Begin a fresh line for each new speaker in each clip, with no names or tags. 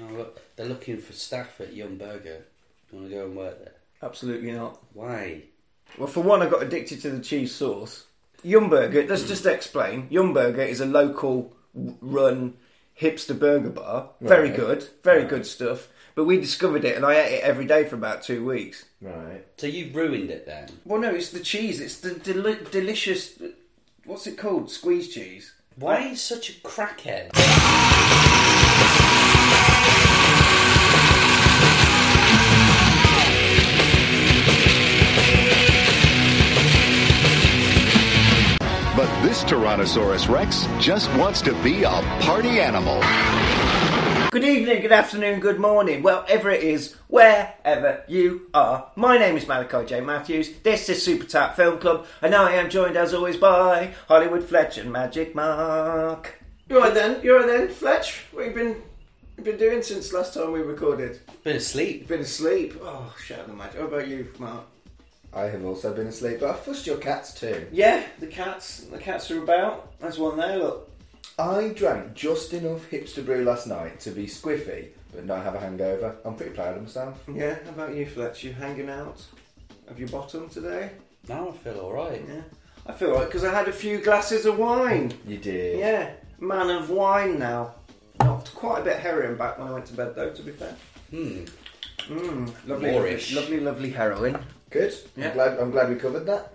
Oh, look, they're looking for staff at Young Burger. Do you want to go and work there?
Absolutely not.
Why?
Well, for one, I got addicted to the cheese sauce. Yumburger, let's just explain. Yumburger is a local w- run hipster burger bar. Very
Right.
good, very good stuff. But we discovered it and I ate it every day for about two weeks.
Right.
So you've ruined it then.
Well, no, it's the cheese. It's the deli- delicious. What's it called? Squeeze cheese.
Why are you such a crackhead?
But this Tyrannosaurus Rex just wants to be a party animal.
Good evening, good afternoon, good morning, wherever it is, wherever you are. My name is Malachi J. Matthews. This is Super Tap Film Club, and I am joined as always by Hollywood Fletch and Magic Mark. You're right then, you're right then, Fletch. What have you been you been doing since last time we recorded?
Been asleep.
Been asleep. Oh, shout the magic. What about you, Mark?
I have also been asleep, but I fussed your cats too.
Yeah, the cats. The cats are about. There's one there. Look.
I drank just enough hipster brew last night to be squiffy, but not have a hangover. I'm pretty proud of myself.
Yeah. How about you, Fletch? You hanging out? Have you bottom today?
Now I feel alright.
Yeah. I feel like because I had a few glasses of wine.
You did.
Yeah, man of wine now. Knocked quite a bit heroin back when I went to bed, though. To be fair.
Hmm.
Mm, lovely,
Moorish.
lovely, lovely, lovely heroin.
Good.
Yeah.
I'm glad. I'm glad we covered that.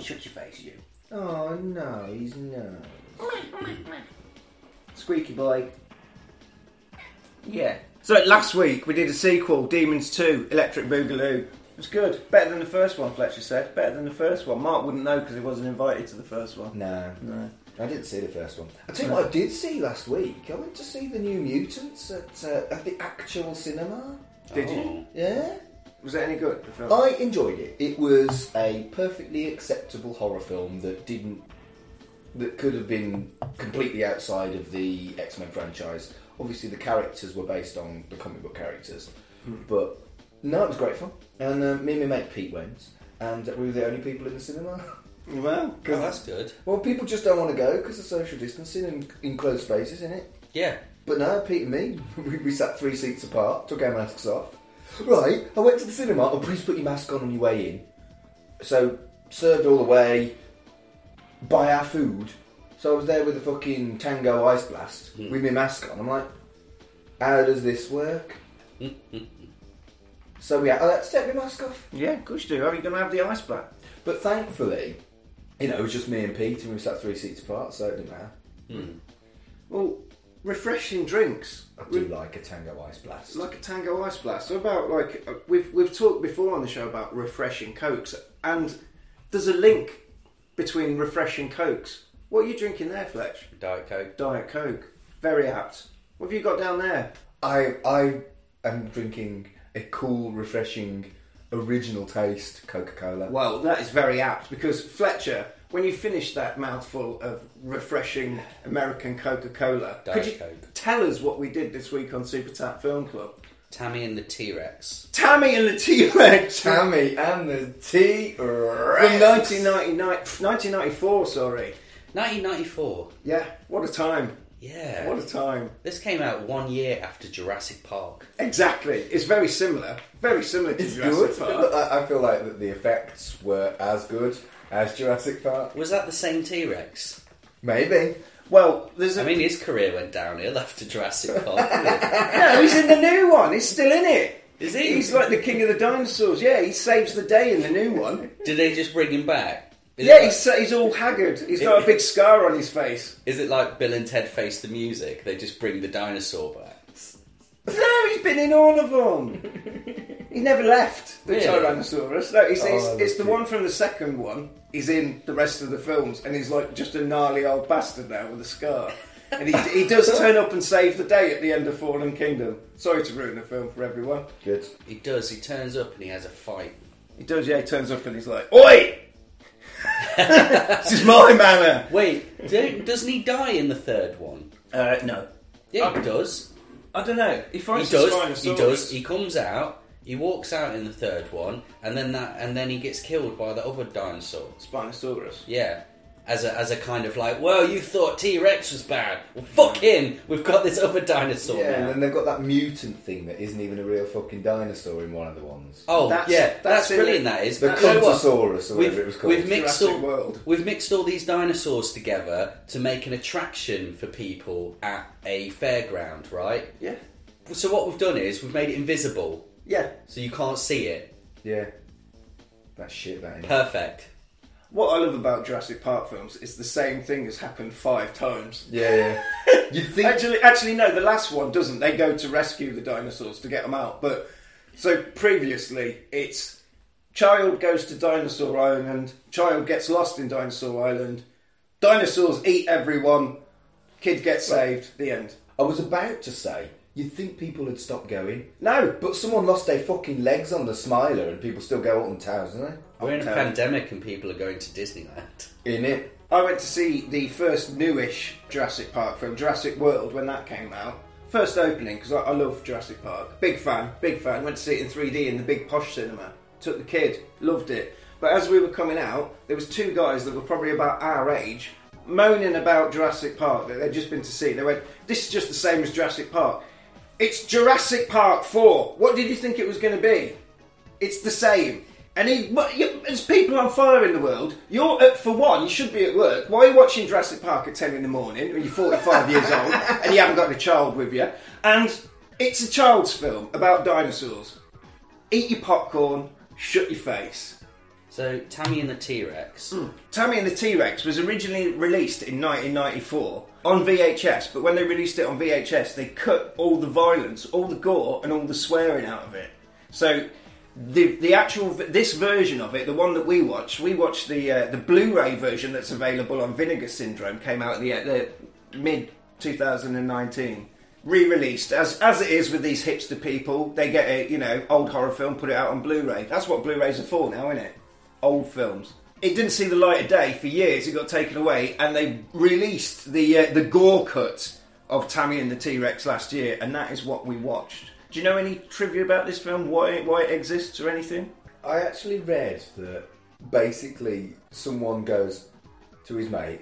Shut your face, you
Oh no, he's no.
squeaky boy. Yeah. So last week we did a sequel, Demons Two: Electric Boogaloo. It was good, better than the first one. Fletcher said, better than the first one. Mark wouldn't know because he wasn't invited to the first one.
No,
No.
I didn't see the first one. I tell you what, I did see last week. I went to see the New Mutants at uh, at the actual cinema.
Did you?
Oh.
Yeah.
Was it any good? The film?
I enjoyed it. It was a perfectly acceptable horror film that didn't that could have been completely outside of the X Men franchise. Obviously, the characters were based on the comic book characters, but no, it was great fun. And uh, me and my mate Pete went, and we were the only people in the cinema.
well,
Oh, that's good.
well, people just don't want to go because of social distancing and enclosed spaces, isn't it?
Yeah.
But no, Pete and me, we, we sat three seats apart, took our masks off. Right, I went to the cinema. Oh, please put your mask on on your way in. So, served all the way, buy our food. So I was there with a fucking Tango Ice Blast with my mask on. I'm like, how does this work? so yeah, I had to take my mask off.
yeah, of course you do. Are you going to have the ice back?
But thankfully, you know, it was just me and Pete and we sat three seats apart, so it didn't matter.
Well, refreshing drinks.
I do like a Tango Ice Blast.
like a tango ice blast. So about like uh, we've we've talked before on the show about refreshing cokes, and there's a link between refreshing cokes. What are you drinking there, Fletch?
Diet Coke.
Diet Coke. Very apt. What have you got down there?
I I am drinking a cool, refreshing, original taste Coca Cola.
Well, that is very apt because Fletcher, when you finished that mouthful of refreshing American Coca Cola, could
Diet
you
Coke.
tell us what we did this week on Super Tap Film Club?
Tammy and the T Rex.
Tammy and the T Rex.
Tammy and the T
From
Rex.
1999, 1994, sorry.
1994.
Yeah, what a time.
Yeah.
What a time.
This came out one year after Jurassic Park.
Exactly. It's very similar. Very similar to
It's
Jurassic
good.
Park.
I, I feel like that the effects were as good as Jurassic Park.
Was that the same T Rex?
Maybe.
Well, there's a.
I mean, his career went downhill after Jurassic Park. didn't
no, he's in the new one. He's still in it.
it? Is he?
He's like the king of the dinosaurs. Yeah, he saves the day in the new one.
Did they just bring him back? Is
Yeah,
it
he's, he's all haggard. He's got a big scar on his face.
Is it like Bill and Ted Face the Music? They just bring the dinosaur back.
No, he's been in all of them. He never left the
Really?
Tyrannosaurus. No, he's,
Oh,
it's,
that's
it's the
cute.
one from the second one. He's in the rest of the films, and he's like just a gnarly old bastard now with a scar. And he, he does turn up and save the day at the end of Fallen Kingdom. Sorry to ruin the film for everyone.
Good.
He does. He turns up and he has a fight.
He does, yeah, he turns up and he's like, Oi! this is my manor!
Wait, do, doesn't he die in the third one?
Uh, no.
Yeah, he does.
I don't know. He
He
finds
does. He does. He comes out. He walks out in the third one, and then that, and then he gets killed by the other dinosaur.
Spinosaurus.
Yeah, as a, as a kind of like, well, you thought T Rex was bad. Well, fuck him. We've got this other dinosaur.
Yeah, and
now.
then they've got that mutant thing that isn't even a real fucking dinosaur in one of the ones.
Oh
That's-
yeah,
that's
that's, brilliant. That is.
The
But you know what?
Cuntosaurus or whatever it was called.
We've mixed
Jurassic
all,
World.
We've mixed all these dinosaurs together to make an attraction for people at a fairground, right?
Yeah.
So what we've done is we've made it invisible,
Yeah.
so you can't see it.
Yeah. That shit, that ain't.
Perfect.
What I love about Jurassic Park films is the same thing has happened five times.
Yeah, yeah. You'd think.
Actually, actually, no. The last one doesn't. They go to rescue the dinosaurs to get them out. But so previously, it's child goes to Dinosaur Island. Child gets lost in Dinosaur Island. Dinosaurs eat everyone. Kid gets saved. The end.
I was about to say, you'd think people had stopped going.
No,
But someone lost their fucking legs on the Smiler and people still go up on towers, don't
We're in a
Okay.
pandemic and people are going to Disneyland.
they? In it.
I went to see the first newish Jurassic Park film, Jurassic World, when that came out. First opening, because I, I love Jurassic Park. Big fan, big fan. Went to see it in 3D in the big posh cinema. Took the kid, loved it. But as we were coming out, there was two guys that were probably about our age moaning about Jurassic Park that they'd just been to see. They went, "This is just the same as Jurassic Park. It's Jurassic Park 4. What did you think it was going to be?" It's the same. And he, but you, there's people on fire in the world. You're at, for one, you should be at work. Why are you watching Jurassic Park at ten in the morning when you're 45 years old and you haven't got a child with you? And it's a child's film about dinosaurs. Eat your popcorn, shut your face.
So Tammy and the T Rex.
Hmm.
Tammy and the T Rex was originally released in 1994 on VHS, but when they released it on VHS, they cut all the violence, all the gore, and all the swearing out of it. So the the actual v- this version of it, the one that we watched, we watched the uh, the Blu-ray version that's available on Vinegar Syndrome, came out at the, uh, the mid 2019. Re-released as as it is with these hipster people, they get a you know old horror film, put it out on Blu-ray. That's what Blu-rays are for now, isn't it? old films. It didn't see the light of day for years. It got taken away, and they released the uh, the gore cut of Tammy and the T Rex last year, and that is what we watched. Do you know any trivia about this film? Why it, why it exists or anything?
I actually read that basically someone goes to his mate,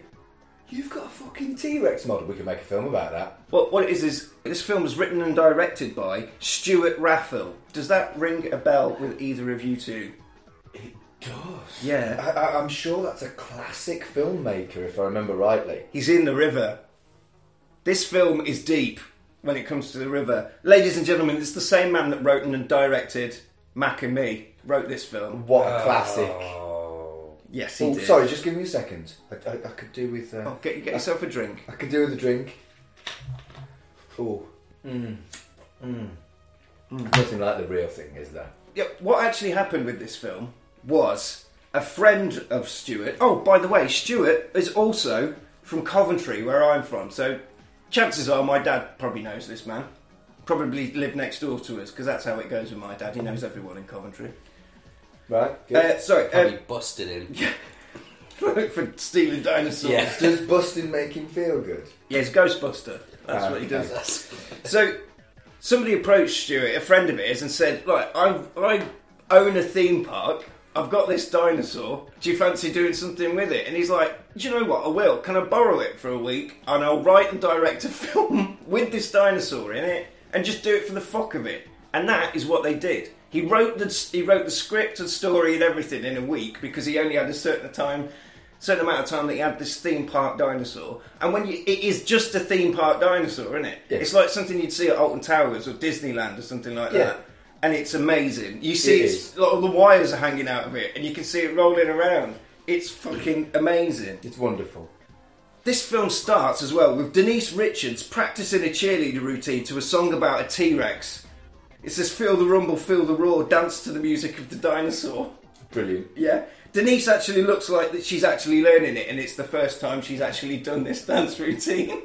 You've got a fucking T Rex model. We can make a film about that.
Well, what it is is this film was written and directed by Stuart Raffel. Does that ring a bell with either of you two?
It does.
Yeah.
I, I, I'm sure that's a classic filmmaker, if I remember rightly.
He's in the river. This film is deep when it comes to the river. Ladies and gentlemen, it's the same man that wrote and directed Mac and Me. Wrote this film.
What a classic.
Yes, Oh. he
Oh,
did.
sorry, just give me a second. I, I, I could do with. Uh,
Oh, get, get yourself a drink.
I could do with a drink. Oh.
Hmm.
Hmm. Mm. Mm. Nothing like the real thing, is there?
Yeah, what actually happened with this film was a friend of Stuart. Oh, by the way, Stuart is also from Coventry, where I'm from. So chances are my dad probably knows this man. Probably lived next door to us because that's how it goes with my dad. He knows everyone in Coventry.
Right? Good.
Uh, sorry,
Probably
uh,
busted him.
for stealing dinosaurs.
Yeah.
Does busting make him feel good?
Yeah, he's Ghostbuster. That's
Ah,
what he
okay.
does. So somebody approached Stuart, a friend of his, and said, "Like, I, I own a theme park. I've got this dinosaur. Do you fancy doing something with it?" And he's like, "Do you know what? I will. Can I borrow it for a week? And I'll write and direct a film with this dinosaur in it, and just do it for the fuck of it." And that is what they did. He wrote the he wrote the script and story and everything in a week because he only had a certain time certain amount of time that he had this theme park dinosaur. And when you, it is just a theme park dinosaur, isn't it?
Yeah.
It's like something you'd see at Alton Towers or Disneyland or something like
Yeah.
that. And it's amazing. You see,
It
it's,
is.
like, all the wires are hanging out of it, and you can see it rolling around. It's fucking amazing.
It's wonderful.
This film starts as well with Denise Richards practicing a cheerleader routine to a song about a T Rex. It says, Feel the rumble, feel the roar, dance to the music of the dinosaur.
Brilliant.
Yeah. Denise actually looks like that she's actually learning it and it's the first time she's actually done this dance routine.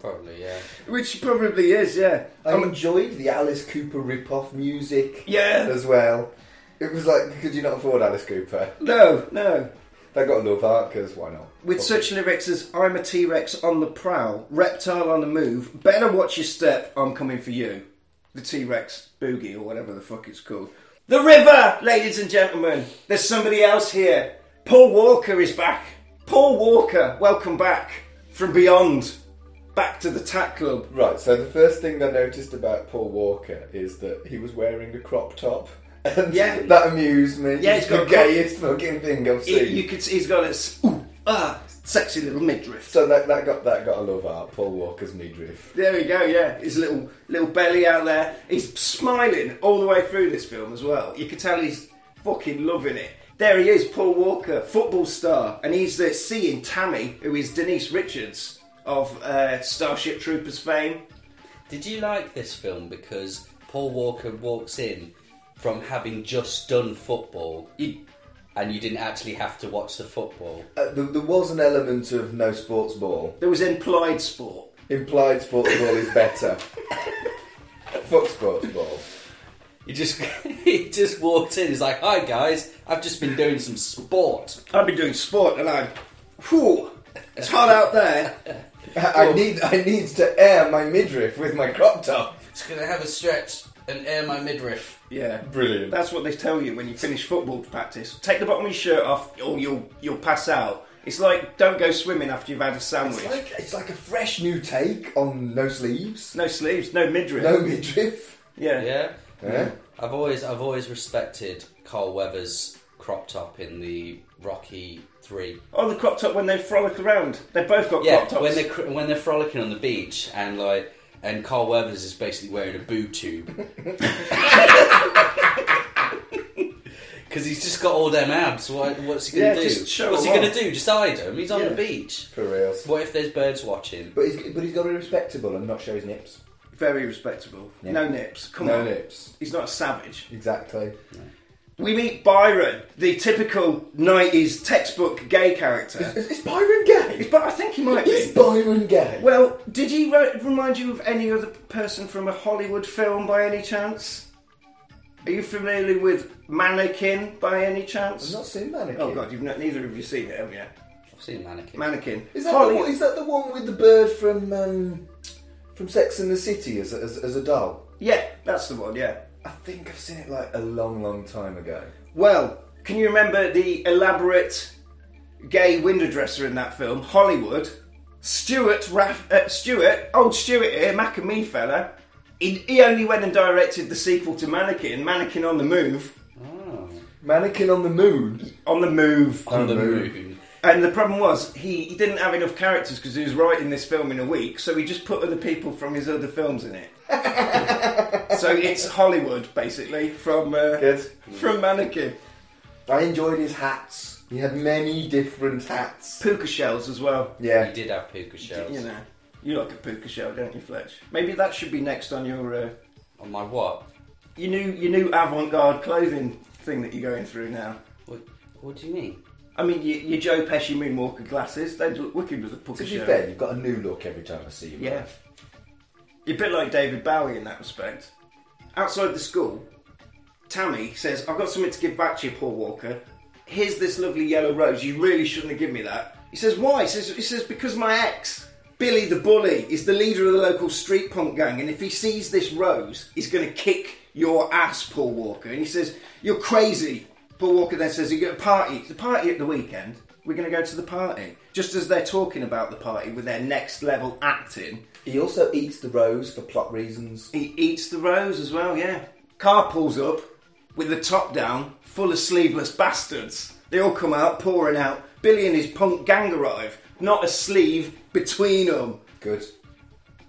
Probably yeah.
Which she probably is, yeah.
I enjoyed the Alice Cooper rip-off music
Yeah.
as well. It was like, could you not afford Alice Cooper?
No, no.
They got love art, because why not?
With
Fuck
such lyrics as I'm a T Rex on the prowl, reptile on the move, better watch your step, I'm coming for you. The T Rex boogie or whatever the fuck it's called. The river, ladies and gentlemen. There's somebody else here. Paul Walker is back. Paul Walker, welcome back from beyond, back to the Tat Club.
Right, so the first thing I noticed about Paul Walker is that he was wearing a crop top. And
Yeah.
that amused me.
Yeah,
it's
he's
the
got a crop-
gayest fucking thing I've
He-
seen.
you could see he's got this ooh, ah, sexy little midriff.
So that, that got that got a love art, Paul Walker's midriff.
There we go. Yeah, his little little belly out there. He's smiling all the way through this film as well. You can tell he's fucking loving it. There he is, Paul Walker, football star, and he's uh, seeing Tammy, who is Denise Richards of uh, Starship Troopers fame.
Did you like this film because Paul Walker walks in from having just done football
You,
and you didn't actually have to watch the football?
Uh, there, there was an element of no sports ball.
there was implied sport.
Implied sports ball is better. Fuck sports ball.
He just he just walked in. He's like, "Hi guys, I've just been doing some sport."
I've been doing sport, and I'm, whew, it's hot out there.
I, I need I needs to air my midriff with my crop top.
Just gonna have a stretch and air my midriff.
Yeah,
Brilliant.
That's what they tell you when you finish football practice. Take the bottom of your shirt off, or you'll you'll pass out. It's like don't go swimming after you've had a sandwich.
It's like it's like a fresh new take on no sleeves,
no sleeves, no midriff.
no midriff.
Yeah.
Yeah,
Yeah.
I've always I've always respected Carl Weathers' crop top in the Rocky Three.
Oh, the crop top when they frolic around. They both got
Yeah,
crop tops.
when they're cr- when they're frolicking on the beach and like and Carl Weathers is basically wearing a boob tube because he's just got all them abs. What, what's he gonna
Yeah,
do?
just show
what's he
'em
gonna
off.
do? Just hide him. He's on
Yeah.
the beach.
For real.
What if there's birds watching?
But he's, but he's got to be respectable and not show his nips.
Very respectable.
Yeah.
No nips. Come
no
on.
nips.
He's not a savage.
Exactly.
We meet Byron, the typical '90s textbook gay character.
Is, is Byron gay?
but I think he might
Is
be.
Byron gay?
Well, did he re- remind you of any other person from a Hollywood film by any chance? Are you familiar with Mannequin by any chance?
I've not seen Mannequin.
Oh god, you've not, neither of you seen it, have you?
I've seen mannequin.
Mannequin.
Is that, the,
Hollywood-
one- is that the one with the bird from um, from Sex and the City as, a- as, as a doll?
Yeah, that's the one. Yeah.
I think I've seen it like a long, long time ago.
Well, can you remember the elaborate gay window dresser in that film, Hollywood? Stuart, Raff, uh, Stuart, old Stuart here, Mac and me fella. He, he only went and directed the sequel to Mannequin, Mannequin on the Move.
Oh.
Mannequin on the Moon.
On the Move.
On the
moon.
moon.
And the problem was he, he didn't have enough characters because he was writing this film in a week, so he just put other people from his other films in it. so it's Hollywood basically from uh,
Good.
from Mannequin,
I enjoyed his hats. He had many different hats.
puka shells as well.
He
Yeah.
did have puka shells.
You know, you like a puka shell, don't you, Fletch? Maybe that should be next on your uh,
On my what?
your new your new avant-garde clothing thing that you're going through now.
What, what do you mean?
I mean, your, your Joe Pesci Moonwalker glasses, they look wicked with a puka
To be
shell.
fair, you've got a new look every time I see you.
Yeah. You're a bit like David Bowie in that respect. Outside the school, Tammy says, I've got something to give back to you, Paul Walker. Here's this lovely yellow rose. You really shouldn't have given me that. He says, Why? He says, he says Because my ex, Billy the Bully, is the leader of the local street punk gang, and if he sees this rose, he's going to kick your ass, Paul Walker. And he says, You're crazy. Paul Walker then says, You're going to party. It's a party at the weekend. We're going to go to the party. Just as they're talking about the party with their next level acting,
He also eats the rose for plot reasons.
he eats the rose as well, yeah. Car pulls up with the top down, full of sleeveless bastards. They all come out pouring out. Billy and his punk gang arrive. Not a sleeve between them.
Good.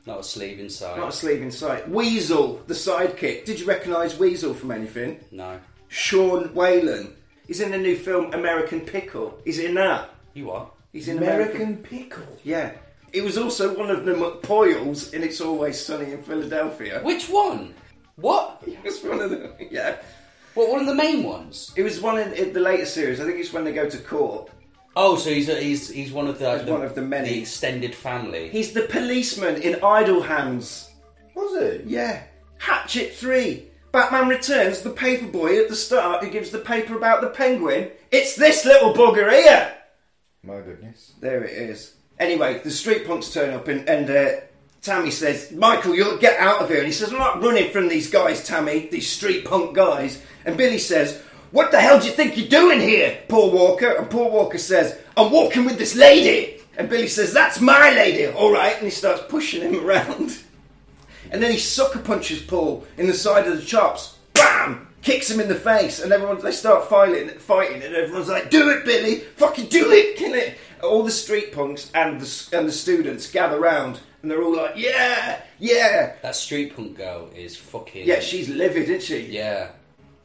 Not a sleeve inside.
Not a sleeve in sight. Weasel, the sidekick. Did you recognise Weasel from anything?
no.
Sean Whalen. He's in the new film American Pickle. He's in that.
You what?
He's in
American pickle.
Yeah. It was also one of the McPoyles in It's Always Sunny in Philadelphia.
Which one? What?
It was one of the. Yeah.
What? One of the main ones?
It was one in, in the later series. I think it's when they go to court.
Oh, so he's he's he's one of the,
He's one of the many.
the extended family.
He's the policeman in Idle Hands.
Was it?
Yeah. Hatchet 3. Batman Returns, the paper boy at the start who gives the paper about the penguin. It's this little bugger here!
My goodness.
There it is. Anyway, the street punks turn up and, and uh, Tammy says, Michael, you'll get out of here. And he says, I'm not running from these guys, Tammy, these street punk guys. And Billy says, What the hell do you think you're doing here, Paul Walker? And Paul Walker says, I'm walking with this lady. And Billy says, That's my lady, all right. And he starts pushing him around. And then he sucker punches Paul in the side of the chops. Bam! Kicks him in the face, and everyone they start fighting, fighting, and everyone's like, "Do it, Billy! Fucking do it! Kill it!" All the street punks and the and the students gather round, and they're all like, "Yeah, yeah,
That street punk girl is fucking.
yeah." She's livid, isn't she?
Yeah.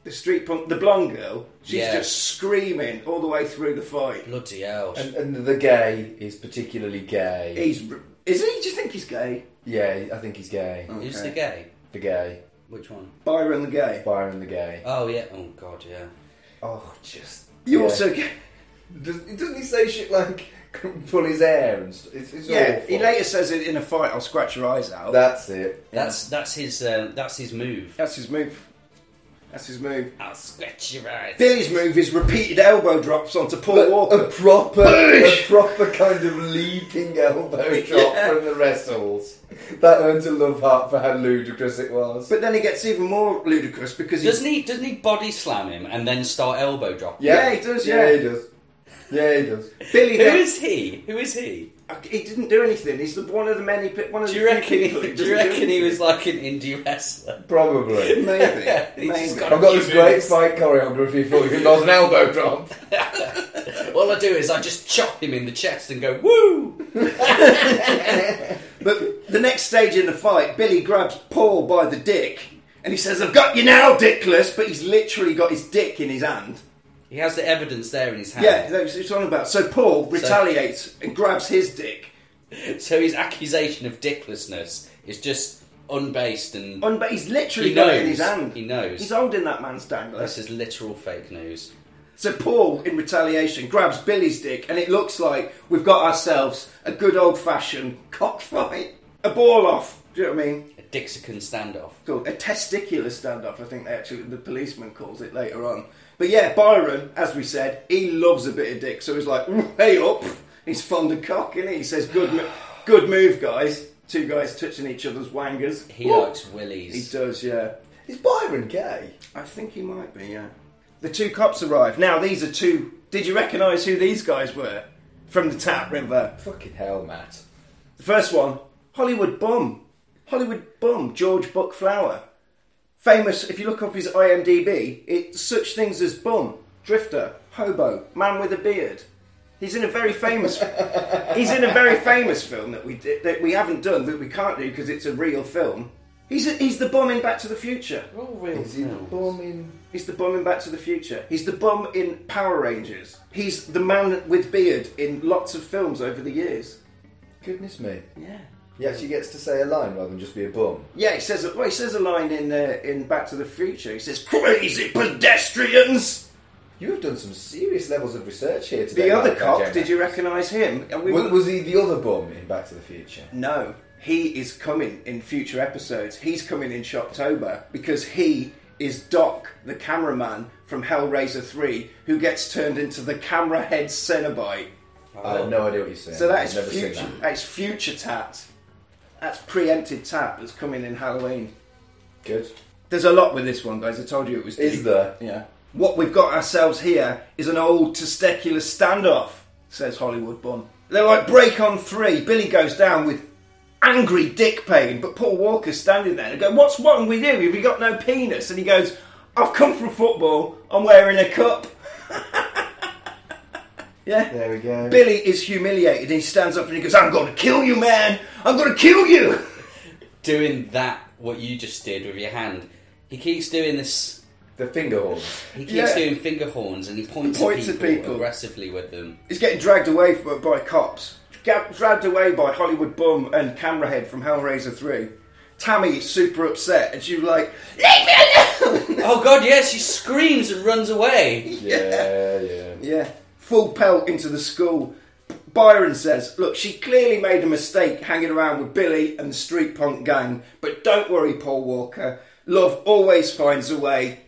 The street punk, the blonde girl, she's
Yeah.
just screaming all the way through the fight.
Bloody hell.
And, and the gay is particularly gay.
He's r- is he? Do you think he's gay?
yeah, I think he's gay.
Who's
okay.
the gay?
The gay.
Which one?
Byron the gay.
Byron the gay.
Oh, yeah. Oh, God, yeah.
Oh, just.
You
yeah.
also get.
Does, doesn't he say shit like pull his hair and stuff? It's, it's
Yeah,
awful.
he later says it in a fight, I'll scratch your eyes out.
That's it.
That's that's his um, that's his move.
That's his move. That's his move.
I'll scratch your eyes.
Billy's move is repeated elbow drops onto Paul
uh,
But
Walker.
a proper, a
Push!
proper kind of leaping elbow drop
Yeah.
from the wrestles. That earned a love heart for how ludicrous it was.
But then he gets even more ludicrous because he,
Doesn't he doesn't he body slam him and then start elbow dropping?
Yeah, he does, yeah.
he does. Yeah, he does.
Billy
Who
then,
is he? Who is he?
he didn't do anything. He's the one of the many pe- one of
Do
the
you reckon?
few
He,
people who
do you
doesn't
reckon he
anything.
was like an indie wrestler?
Probably.
maybe?
He's
maybe.
just got
I've got this great fight choreography for you. There's an elbow drop.
All I do is I just chop him in the chest and go woo.
But the next stage in the fight, Billy grabs Paul by the dick and he says, I've got you now, Dickless, but he's literally got his dick in his hand.
He has the evidence there in his hand.
Yeah, that's what it's on about. So Paul retaliates and grabs his dick.
So his accusation of dicklessness is just unbased and
On, but he's literally
He
got it
knows.
in his hand.
He knows.
He's holding that man's dangler.
this is literal fake news.
So Paul, in retaliation, grabs Billy's dick, and it looks like we've got ourselves a good old fashioned cockfight, a ball off. Do you know what I mean?
A Dixican standoff.
Called a testicular standoff. I think they actually the policeman calls it later on. But yeah, Byron, as we said, he loves a bit of dick, so he's like, "Ooh, "Hey up!" He's fond of cock, and he He says, "Good, mo- good move, guys." Two guys touching each other's wangers.
He
Ooh.
likes willies.
He does, yeah.
Is Byron gay?
I think he might be, yeah. The two cops arrive. Now, these are two. Did you recognise who these guys were? From the tap river.
Fucking hell, Matt.
The first one, Hollywood Bum. Hollywood Bum, George Buckflower. Famous, if you look up his IMDb, it's such things as Bum, Drifter, Hobo, Man with a Beard. He's in a very famous. he's in a very famous film that we did, that we haven't done that we can't do because it's a real film. He's a, he's the bum in Back to the Future.
all real
Is he born in?
He's the bum in Back to the Future. He's the bum in Power Rangers. He's the man with beard in lots of films over the years.
Goodness me.
Yeah.
He actually gets to say a line rather than just be a bum.
Yeah, he says. Well, he says a line in uh, in Back to the Future. He says, "Crazy pedestrians."
You have done some serious levels of research here
The
today.
other
Matt,
cop.
Jack.
Did you recognise him? And we
Was,
were-
was he the other bum in Back to the Future?
No, he is coming in future episodes. He's coming in Shocktober because he is Doc, the cameraman from Hellraiser 3, who gets turned into the camera head Cenobite.
Uh,
I
Oh,
have no idea what you're saying.
So that
I've
is
never seen
future.
that.
That's future tat. That's preempted tat that's coming in Halloween.
Good.
There's a lot with this one, guys. I told you it was.
Is
deep.
there?
Yeah. What we've got ourselves here is an old testicular standoff, says Hollywood Bun. They're like break on three. Billy goes down with angry dick pain, but Paul Walker's standing there and go, "What's wrong with you? Have you got no penis?" And he goes, "I've come from football. I'm wearing a cup." yeah.
There we go.
Billy is humiliated. He stands up and he goes, "I'm going to kill you, man! I'm going to kill you!"
Doing that, what you just did with your hand. He keeps doing this.
The finger horns.
He keeps
Yeah.
doing finger horns and he points,
Points
at,
at
people
people.
aggressively with them.
He's getting dragged away by, by cops, Ga- dragged away by Hollywood bum and camera head from Hellraiser Three. Tammy is super upset, and she's like, "Leave me alone!"
Oh God, yeah! She screams and runs away.
Yeah, yeah.
yeah, full pelt into the school. Byron says, "Look, she clearly made a mistake hanging around with Billy and the street punk gang, but don't worry, Paul Walker. Love always finds a way.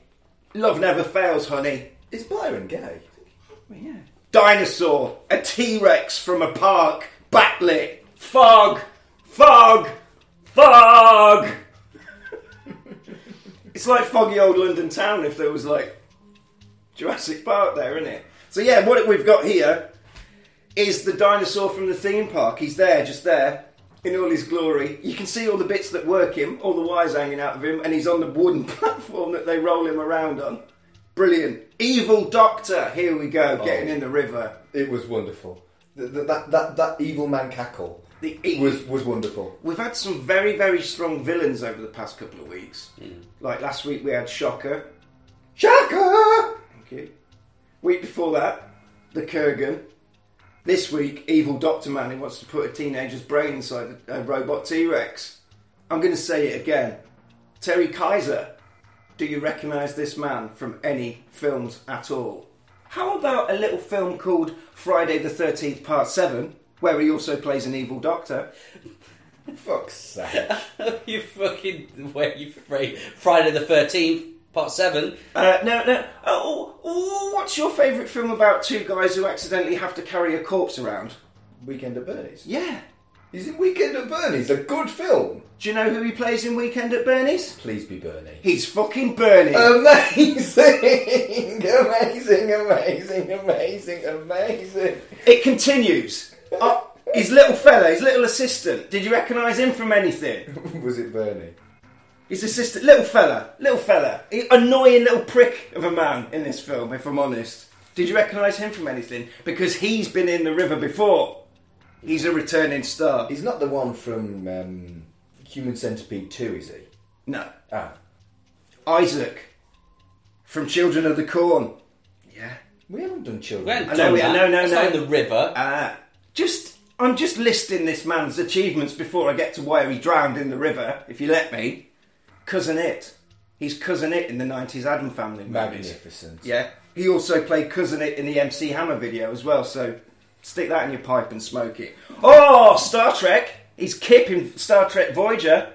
Love never fails, honey."
Is Byron gay?
dinosaur, a T Rex from a park, backlit, fog, fog, fog. it's like foggy old London town if there was like Jurassic Park there, isn't it? So yeah, what we've got here is the dinosaur from the theme park. He's there, just there, in all his glory. You can see all the bits that work him, all the wires hanging out of him, and he's on the wooden platform that they roll him around on. Brilliant. Evil Doctor, here we go, getting in the river.
It was wonderful. Th- th- that, that, that evil man cackle
The E. evil.
was, was wonderful.
We've had some very, very strong villains over the past couple of weeks. Like last week we had Shocker.
Shaka!
Thank you. Week before that, the Kurgan. This week, evil Doctor Man who wants to put a teenager's brain inside a, a robot T Rex. I'm going to say it again. Terry Kaiser, do you recognise this man from any films at all? How about a little film called Friday the 13th, Part 7, where he also plays an evil doctor?
Fuck's sake.
you fucking where you free Friday the Thirteenth Part Seven.
Uh, no, no. Oh, oh, what's your favourite film about two guys who accidentally have to carry a corpse around?
Weekend at Bernie's.
Yeah.
He's in Weekend at Bernie's, a good film.
Do you know who he plays in Weekend at Bernie's?
Please be Bernie.
He's fucking Bernie.
Um, Amazing! Amazing, amazing, amazing, amazing.
it continues. Uh, his little fella, his little assistant. Did you recognise him from anything?
Was it Bernie?
His assistant, little fella, little fella, He- annoying little prick of a man in this film. If I'm honest, did you recognise him from anything? Because he's been in the river before. He's a returning star.
He's not the one from um, Human Centipede 2, is he?
No,
Ah,
Isaac from Children of the Corn. Yeah.
we haven't done
We
children.
haven't
I know
done
we- I
that.
know, no,
That's
no.
not in the river.
Uh, just I'm just listing this man's achievements before I get to where he drowned in the river, if you let me. Cousin It. He's Cousin It in the 90s Adam Family movies.
Magnificent.
Yeah. He also played Cousin It in the MC Hammer video as well, so stick that in your pipe and smoke it. Oh, Star Trek! He's Kip in Star Trek Voyager.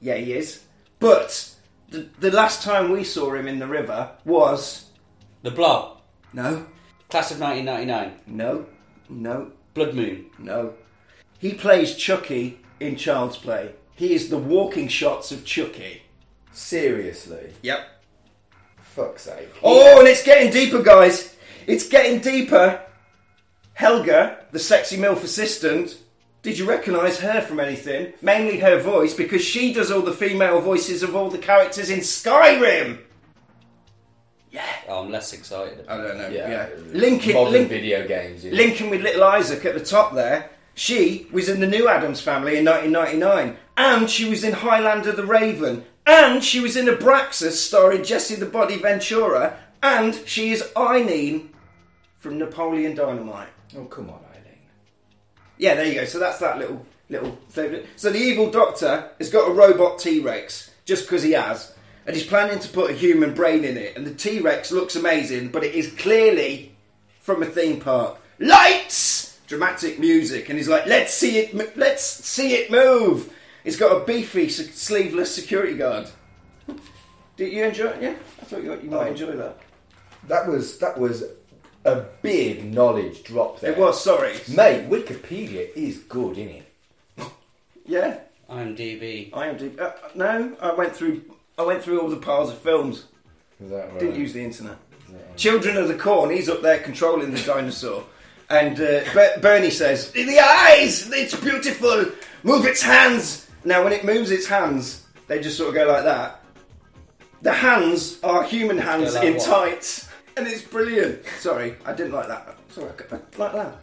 Yeah, he is. But the, the last time we saw him in the river was.
The Blob.
No,
Class of 1999.
no, no,
Blood Moon.
no. He plays Chucky in Child's Play. He is the walking shots of Chucky.
Seriously.
Yep.
Fuck's sake.
Oh, and it's getting deeper, guys. It's getting deeper. Helga, the sexy MILF assistant, did you recognise her from anything? Mainly her voice, because she does all the female voices of all the characters in Skyrim.
Oh, I'm less excited.
I don't know.
Yeah.
Yeah.
uh,
Lincoln,
Modern
Link-
video games. yeah.
Lincoln with Little Isaac at the top there. She was in the New Adams Family in 1999, and she was in Highlander the Raven, and she was in Abraxas starring Jesse the Body Ventura, and she is Eileen from Napoleon Dynamite.
Oh, come on, Eileen.
Yeah, there you go. So that's that little little favourite. So the evil doctor has got a robot T Rex just because he has, and he's planning to put a human brain in it. And the T Rex looks amazing, but it is clearly from a theme park. Lights, dramatic music, and he's like, "Let's see it. m- Let's see it move." He's got a beefy se- sleeveless security guard. Did you enjoy it? Yeah, I thought you, you might enjoy that.
That was that was a big knowledge drop there.
It was sorry.
Mate, Wikipedia is good, isn't it?
Yeah.
IMDb.
I am deep. Uh, no, I went through. I went through all the piles of films.
Is that right?
Didn't use the internet. Children of the Corn. He's up there controlling the dinosaur, and uh, Ber- Bernie says, "The eyes. It's beautiful. Move its hands." Now, when it moves its hands, they just sort of go like that. The hands are human hands
like
in
what?
tights, and it's brilliant. Sorry, I didn't like that. Sorry, I like that.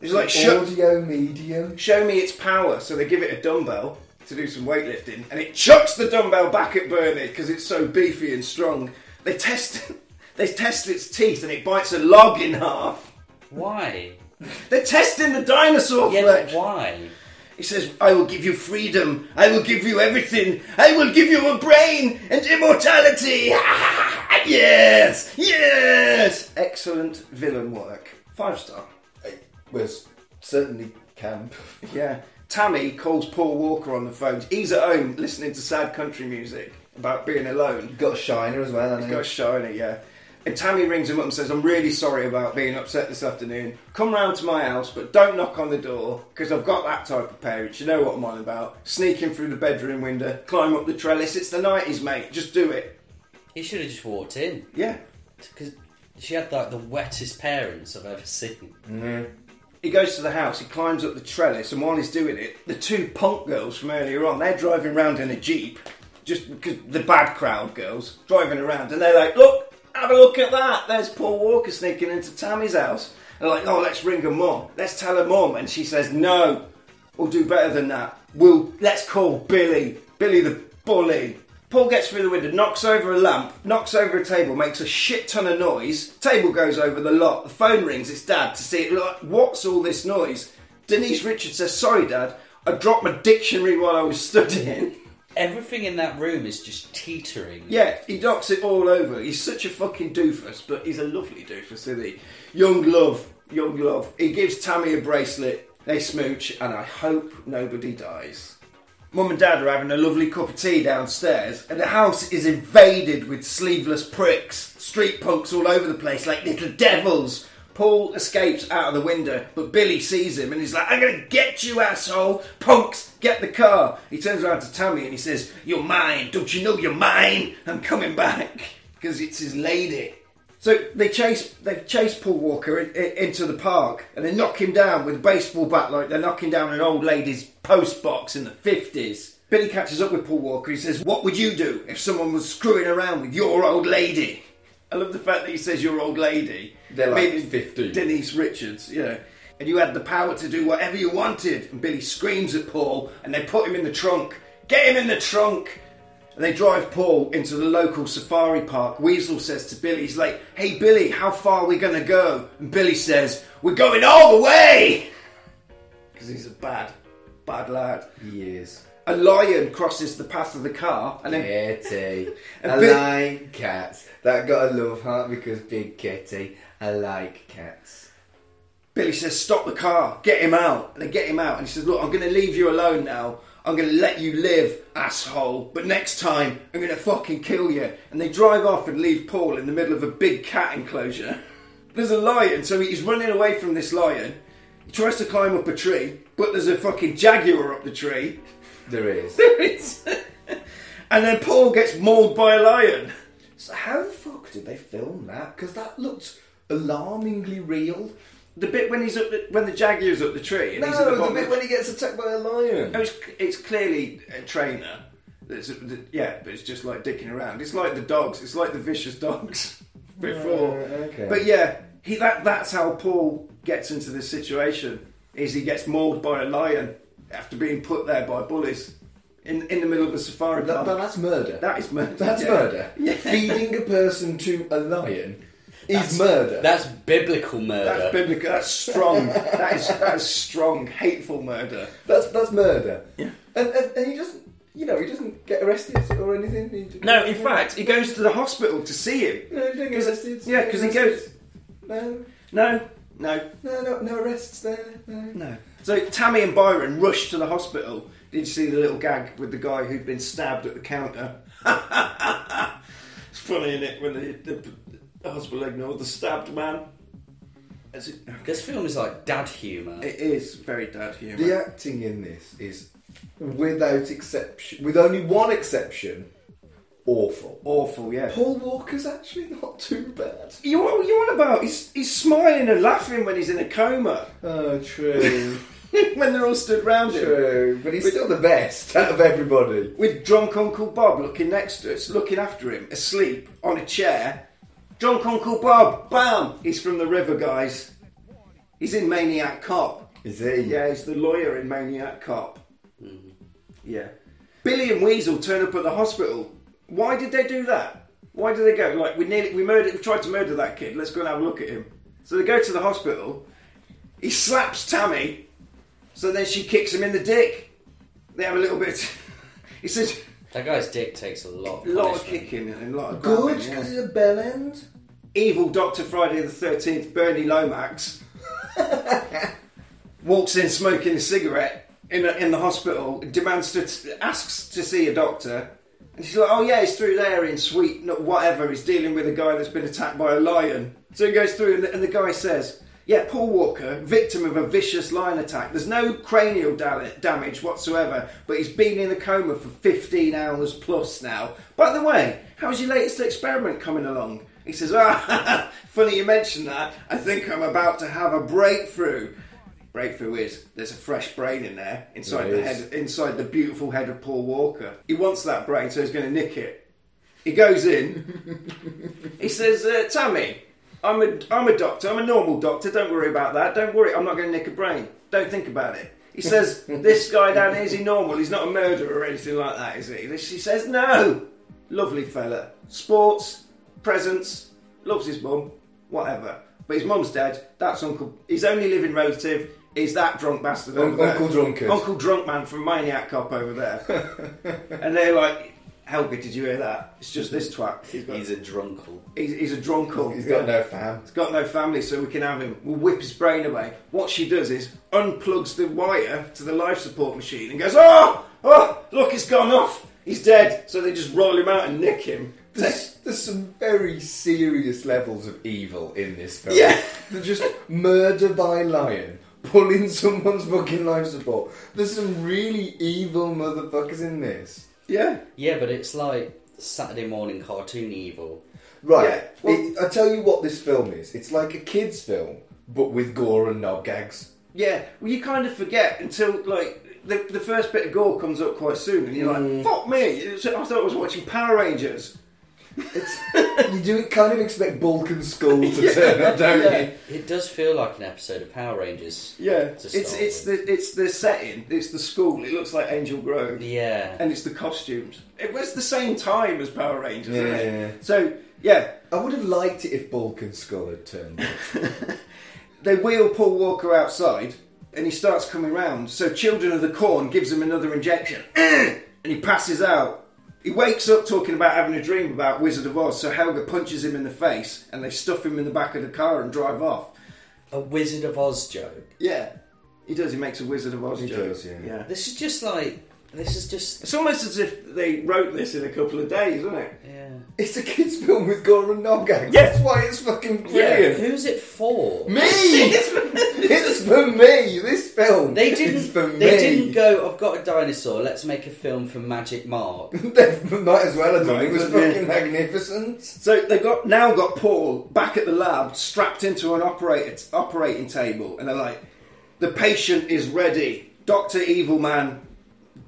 It's like shut.
Audio medium.
show me its power. So they give it a dumbbell to do some weightlifting, and it chucks the dumbbell back at Bernie because it's so beefy and strong. They test, they test its teeth, and it bites a log in half.
Why?
They're testing the dinosaur
Yeah,
flesh.
but why?
He says, "I will give you freedom. I will give you everything. I will give you a brain and immortality." yes, yes. Excellent villain work. Five star.
It was certainly camp.
Yeah. Tammy calls Paul Walker on the phone. He's at home listening to sad country music about being alone.
Got a shiner as well, hasn't
He's got a show in it, yeah. And Tammy rings him up and says, I'm really sorry about being upset this afternoon. Come round to my house, but don't knock on the door, because I've got that type of parents. You know what I'm on about. Sneaking through the bedroom window, climb up the trellis. It's the 90s, mate. Just do it.
He should have just walked in.
Yeah.
because she had like the wettest parents I've ever seen.
He goes to the house, he climbs up the trellis, and while he's doing it, the two punk girls from earlier on, they're driving around in a Jeep, just because the bad crowd girls, driving around, and they're like, Look, have a look at that! There's Paul Walker sneaking into Tammy's house. And they're like, Oh, let's ring her mum, let's tell her mum. And she says, No, we'll do better than that. We'll, let's call Billy, Billy the bully. Paul gets through the window, knocks over a lamp, knocks over a table, makes a shit ton of noise. Table goes over the lot. The phone rings. It's Dad to see it. Like, what's all this noise? Denise Richards says, "Sorry, Dad, I dropped my dictionary while I was studying."
Everything in that room is just teetering.
Yeah, he knocks it all over. He's such a fucking doofus, but he's a lovely doofus, isn't he? Young love, young love. He gives Tammy a bracelet. They smooch, and I hope nobody dies. Mum and Dad are having a lovely cup of tea downstairs, and the house is invaded with sleeveless pricks, street punks all over the place like little devils. Paul escapes out of the window, but Billy sees him and he's like, I'm gonna get you, asshole! Punks, get the car! He turns around to Tammy and he says, You're mine! Don't you know you're mine? I'm coming back! Because it's his lady. So they chase they chase Paul Walker in, in- into the park and they knock him down with a baseball bat like they're knocking down an old lady's post box in the fifties. Billy catches up with Paul Walker. He says, "What would you do if someone was screwing around with your old lady?" I love the fact that he says your old lady.
They're like
Meaning
15.
Denise Richards, you know. And you had the power to do whatever you wanted. And Billy screams at Paul and they put him in the trunk. Get him in the trunk! And they drive Paul into the local safari park. Weasel says to Billy, he's like, Hey Billy, how far are we gonna go? And Billy says, We're going all the way! Because he's a bad, bad lad.
Years.
A lion crosses the path of the car and then
Kitty.
A
I
bit-
like cats. That got a love heart because big kitty. I like cats.
Billy says, Stop the car, get him out. And they get him out, and he says, Look, I'm going to leave you alone now. I'm going to let you live, asshole. But next time, I'm going to fucking kill you. And they drive off and leave Paul in the middle of a big cat enclosure. There's a lion, so he's running away from this lion. He tries to climb up a tree, but there's a fucking jaguar up the tree.
There is.
and then Paul gets mauled by a lion.
so how the fuck did they film that? Because that looked alarmingly real.
The bit when he's up, the, when the jaguar's up the tree, and he's at the
No, the
bottom of
bit when he gets attacked by a lion.
No, Oh, it's, it's clearly a trainer. It's, th- yeah, but it's just like dicking around. It's like the dogs. It's like the vicious dogs before.
okay.
But yeah, he that that's how Paul gets into this situation. Is he gets mauled by a lion after being put there by bullies in in the middle of a safari
That-
park?
that- that's murder.
that is murder.
That's
yeah.
murder.
Yeah.
Feeding a person to a lion is murder.
That's biblical murder.
That's biblical. That's strong. that is that is strong, hateful murder.
that's that's murder. Yeah. And, and, and he doesn't, you know, he doesn't get arrested or anything. He d-
No, in fact, he goes to the hospital to see him.
no, he didn't get arrested.
Yeah, because he goes.
No,
No, no,
no, no, no arrests there. No.
No. So Tammy and Byron rush to the hospital. Did you see the little gag with the guy who'd been stabbed at the counter? it's funny, isn't it, when the, the, the hospital ignored the stabbed man? As it,
This film is like dad humour.
it is very dad humour.
The acting in this is, without exception, with only one exception, awful.
Awful, yeah.
Paul Walker's actually not too bad.
You, what are you on about? He's, he's smiling and laughing when he's in a coma.
Oh, true,
when they're all stood round him.
true. But he's still the best out of everybody.
with drunk Uncle Bob looking next to us, looking after him, asleep on a chair. Drunk Uncle Bob, bam! He's from the river, guys. He's in Maniac Cop.
Is he? Mm-hmm.
Yeah, he's the lawyer in Maniac Cop. Yeah. Billy and Weasel turn up at the hospital. Why did they do that? Why did they go? Like we nearly we murdered, we tried to murder that kid. Let's go and have a look at him. So they go to the hospital. He slaps Tammy. So then she kicks him in the dick. They have a little bit. he says.
That guy's dick takes a lot. Of
A lot of
punishment.
kicking and a lot of
Good,
grabbing,
because
yeah.
he's a bell end.
Evil Doctor Friday the Thirteenth, Bernie Lomax walks in smoking a cigarette in a, in the hospital, demands to asks to see a doctor, and she's like, "Oh yeah, he's through there in suite, no- whatever. He's dealing with a guy that's been attacked by a lion." So he goes through, and the, and the guy says. Yeah, Paul Walker, victim of a vicious lion attack. There's no cranial da- damage whatsoever, but he's been in a coma for 15 hours plus now. By the way, how's your latest experiment coming along? He says, "Ah, funny you mentioned that. I think I'm about to have a breakthrough." Breakthrough is there's a fresh brain in there inside
There
the
is.
head, inside the beautiful head of Paul Walker. He wants that brain, so he's going to nick it. He goes in. he says, uh, "Tammy, I'm a I'm a doctor. I'm a normal doctor. Don't worry about that. Don't worry. I'm not going to nick a brain. Don't think about it." He says, "This guy down here is he normal? He's not a murderer or anything like that, is he?" She says, "No, lovely fella. Sports, presents, loves his mum, whatever. But his mum's dead. That's uncle. His only living relative is that drunk bastard over
Un-
there.
Uncle Drunkard.
Uncle drunk man from Maniac Cop over there." and they're like, "Helga, did you hear that? It's just this twat. He's got,
He's a drunkle.
he's, he's a drunkle.
He's got no fam.
He's got no family, so we can have him. We'll whip his brain away. What she does is unplugs the wire to the life support machine and goes, Oh, oh, look, it's gone off. He's dead. So they just roll him out and nick him.
There's, there's some very serious levels of evil in this film.
Yeah.
There's just murder by lion, pulling someone's fucking life support. There's some really evil motherfuckers in this.
Yeah.
Yeah, but it's like Saturday morning cartoon evil.
Right.
Yeah, well-
it, I tell you what this film is. It's like a kids' film, but with gore and knob gags.
Yeah. Well, you kind of forget until, like, the, the first bit of gore comes up quite soon, and you're
Mm.
like, fuck me. It's- I thought I was watching Power Rangers.
It's, you do kind of expect Bulk and Skull to turn up, don't you?
It does feel like an episode of Power Rangers.
Yeah.
to
It's,
start
it's,
with.
the, it's the setting, it's the school. It looks like Angel Grove.
yeah.
and it's the costumes. It was the same time as Power Rangers,
Yeah,
isn't
yeah, yeah.
it? So yeah,
I would have liked it if Bulk and Skull had turned up.
they wheel Paul Walker outside, and he starts coming round. So Children of the Corn gives him another injection, and he passes out. He wakes up talking about having a dream about Wizard of Oz. So Helga punches him in the face, and they stuff him in the back of the car and drive off.
a Wizard of Oz joke.
Yeah, he does. He makes a Wizard of Oz
He
joke.
does, yeah.
This is just like this is just
It's almost as if they wrote this in a couple of days, isn't it?
yeah.
It's a kids' film with gore and knob gags.
Yeah.
That's why it's fucking
yeah.
brilliant.
Who's it for?
Me! it's for me. This film.
They
It's
didn't.
for me.
They didn't go. I've got a dinosaur. Let's make a film for Magic Mark.
they might as well have done. It was
Might as well,
fucking magnificent.
So they got now got Paul back at the lab, strapped into an operator, operating table, and they're like, "The patient is ready." Doctor Evil Man,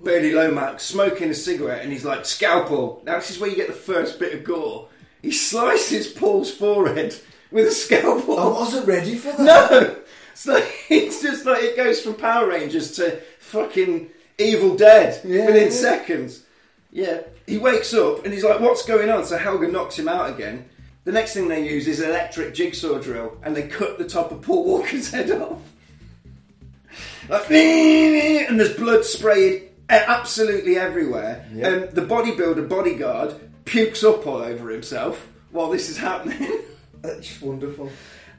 Bernie Lomax, smoking a cigarette, and he's like, "Scalpel." Now this is where you get the first bit of gore. He slices Paul's forehead with a scalpel.
I wasn't ready for that.
No, it's like it's just like it goes from Power Rangers to fucking Evil Dead
Yeah.
within seconds. Yeah, he wakes up and he's like, "What's going on?" So Helga knocks him out again. The next thing they use is an electric jigsaw drill, and they cut the top of Paul Walker's head off. Like, and there's blood spraying absolutely everywhere.
Yeah.
And the bodybuilder bodyguard pukes up all over himself while this is happening.
That's just wonderful.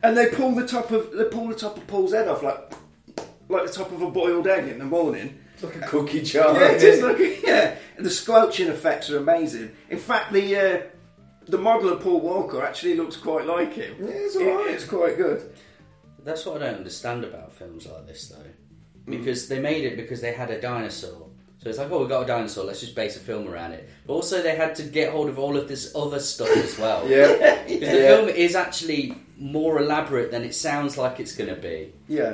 and they pull the top of they pull the top of Paul's head off like like the top of a boiled egg in the morning.
It's like a cookie jar.
Yeah, it
isn't
is. Look, yeah, and the squelching effects are amazing. In fact, the uh, the model of Paul Walker actually looks quite like him.
Yeah, it's alright.
It's quite good.
That's what I don't understand about films like this, though, because they made it because they had a dinosaur. So it's like, oh, we got a dinosaur. Let's just base a film around it. But also, they had to get hold of all of this other stuff as well.
Yeah.
'Cause the
Yeah.
film is actually more elaborate than it sounds like it's going to be.
Yeah.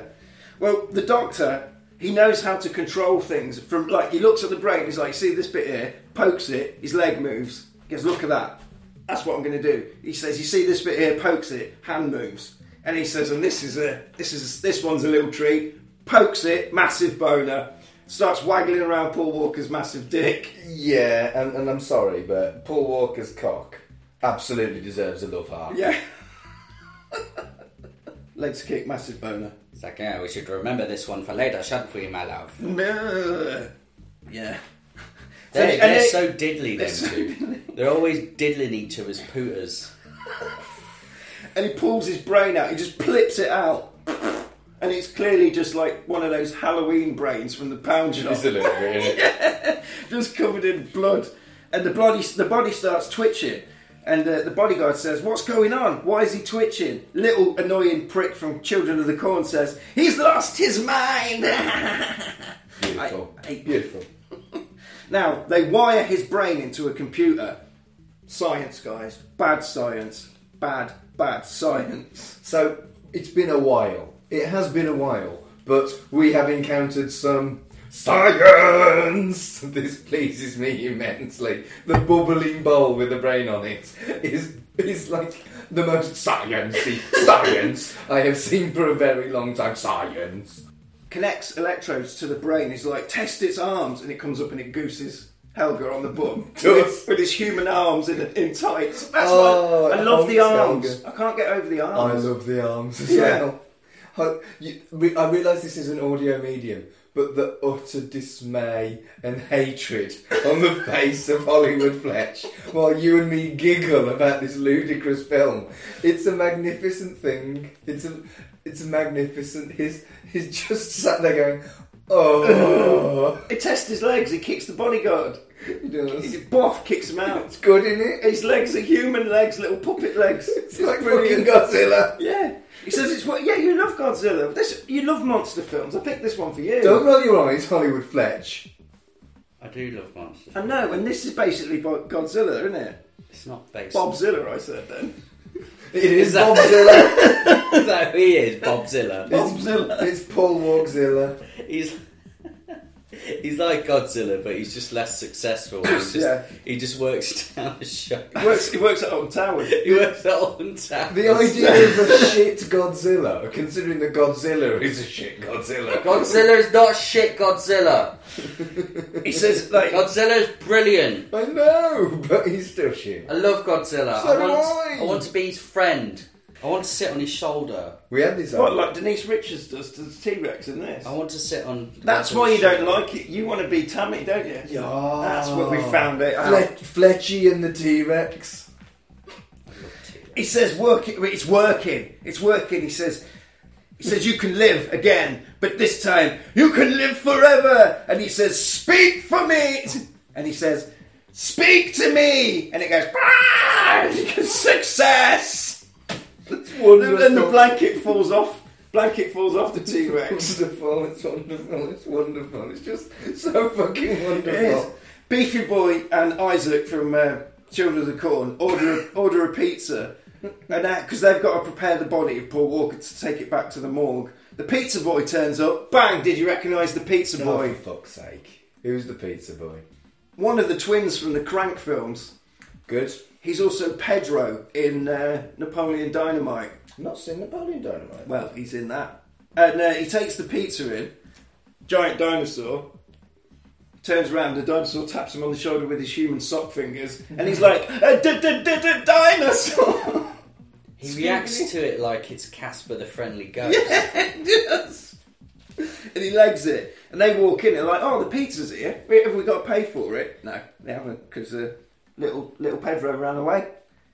Well, the doctor he knows how to control things from like he looks at the brain. He's like, see this bit here, pokes it. His leg moves. He goes, look at that. That's what I'm going to do. He says, you see this bit here, pokes it, hand moves, and he says, and this is a this is this one's a little treat. Pokes it, massive boner. Starts waggling around Paul Walker's massive dick.
Yeah, and, and I'm sorry, but Paul Walker's cock absolutely deserves a love heart.
Yeah. Legs kick, massive boner.
It's like, yeah, we should remember this one for later, shouldn't we, my love?
Yeah.
They're,
And- and
they're
they-
so diddly, them two. They're always diddling each other's pooters.
and he pulls his brain out. He just flips it out, and it's clearly just like one of those Halloween brains from the pound shop,
It's a little bit, isn't it?
just covered in blood. And the body, the body starts twitching, and the, the bodyguard says, "What's going on? Why is he twitching?" Little annoying prick from Children of the Corn says, "He's lost his mind."
Beautiful.
I- I-
Beautiful.
now they wire his brain into a computer. Science, guys, bad science. bad, bad science.
So it's been a while. It has been a while, but we have encountered some science. This pleases me immensely. The bubbling bowl with the brain on it is is like the most sciencey science I have seen for a very long time. Science.
Connects electrodes to the brain. He's like, test its arms, and it comes up and it gooses Helga on the butt with, with his human arms in, in tights. That's
Oh,
what I, I
it
love the
haunts
arms. I can't get over the
I
arms.
love the arms as
Yeah.
well. I, you, re- I realise this is an audio medium, but the utter dismay and hatred on the face of Hollywood Fletch while you and me giggle about this ludicrous film. It's a magnificent thing. It's a, it's magnificent. He's, he's just sat there going, oh.
He tests his legs. He kicks the bodyguard.
he does.
He boff kicks him out.
It's good, isn't it?
His legs are human legs, little puppet legs.
It's like fucking Godzilla.
Yeah. He says it's what. Yeah, you love Godzilla. This you love monster films. I picked this one for you.
Don't roll your eyes, Hollywood Fletch.
I do love monsters.
I know, and this is basically Bo- Godzilla, isn't it?
It's not based.
Bobzilla, I said then.
It is
that-
Godzilla.
no, he is Bobzilla.
Bobzilla.
It's Paul Walkzilla.
He's he's like Godzilla, but he's just less successful. He's just,
Yeah.
He just works down the shop.
He works. He works at Alton Towers.
He works at on tap.
The idea of a shit Godzilla, considering the Godzilla is a shit Godzilla.
Godzilla is not shit. Godzilla.
He says like
Godzilla is brilliant.
I know, but he's still shit.
I love Godzilla.
So
I
do
want.
I.
I want to be his friend. I want to sit on his shoulder.
We had this.
what, like Denise Richards does to the T Rex in this.
I want to sit on.
That's why you don't like it. You want to be Tammy, don't you?
Yeah.
That's what we found it out.
uh, Fle- Fletchy and the T Rex.
He says, "Work it. It's working. It's working." He says, "He says you can live again, but this time you can live forever." And he says, "Speak for me." And he says, "Speak to me." And it goes, "Ah!" "Success."
wonderful.
And the blanket falls off. Blanket falls off the T Rex.
It's wonderful. It's wonderful. It's wonderful. It's just so fucking wonderful.
Beefy Boy and Isaac from uh, Children of the Corn order a, order a pizza, and because they've got to prepare the body of Paul Walker to take it back to the morgue. The pizza boy turns up. Bang! Did you recognise the pizza
Oh,
boy?
for fuck's sake! Who's the pizza boy?
One of the twins from the Crank films.
Good.
He's also Pedro in uh, Napoleon Dynamite.
Not seen Napoleon Dynamite.
Well, he's in that, and uh, he takes the pizza in. Giant dinosaur turns around. The dinosaur taps him on the shoulder with his human sock fingers, and he's like, "A d- d- d- d- "Dinosaur!"
He reacts to it like it's Casper the Friendly Ghost.
yes. And he legs it, and they walk in. And like, "Oh, the pizza's here. We- Have we got to pay for it?" No, they haven't, because uh, little little Pedro ran away.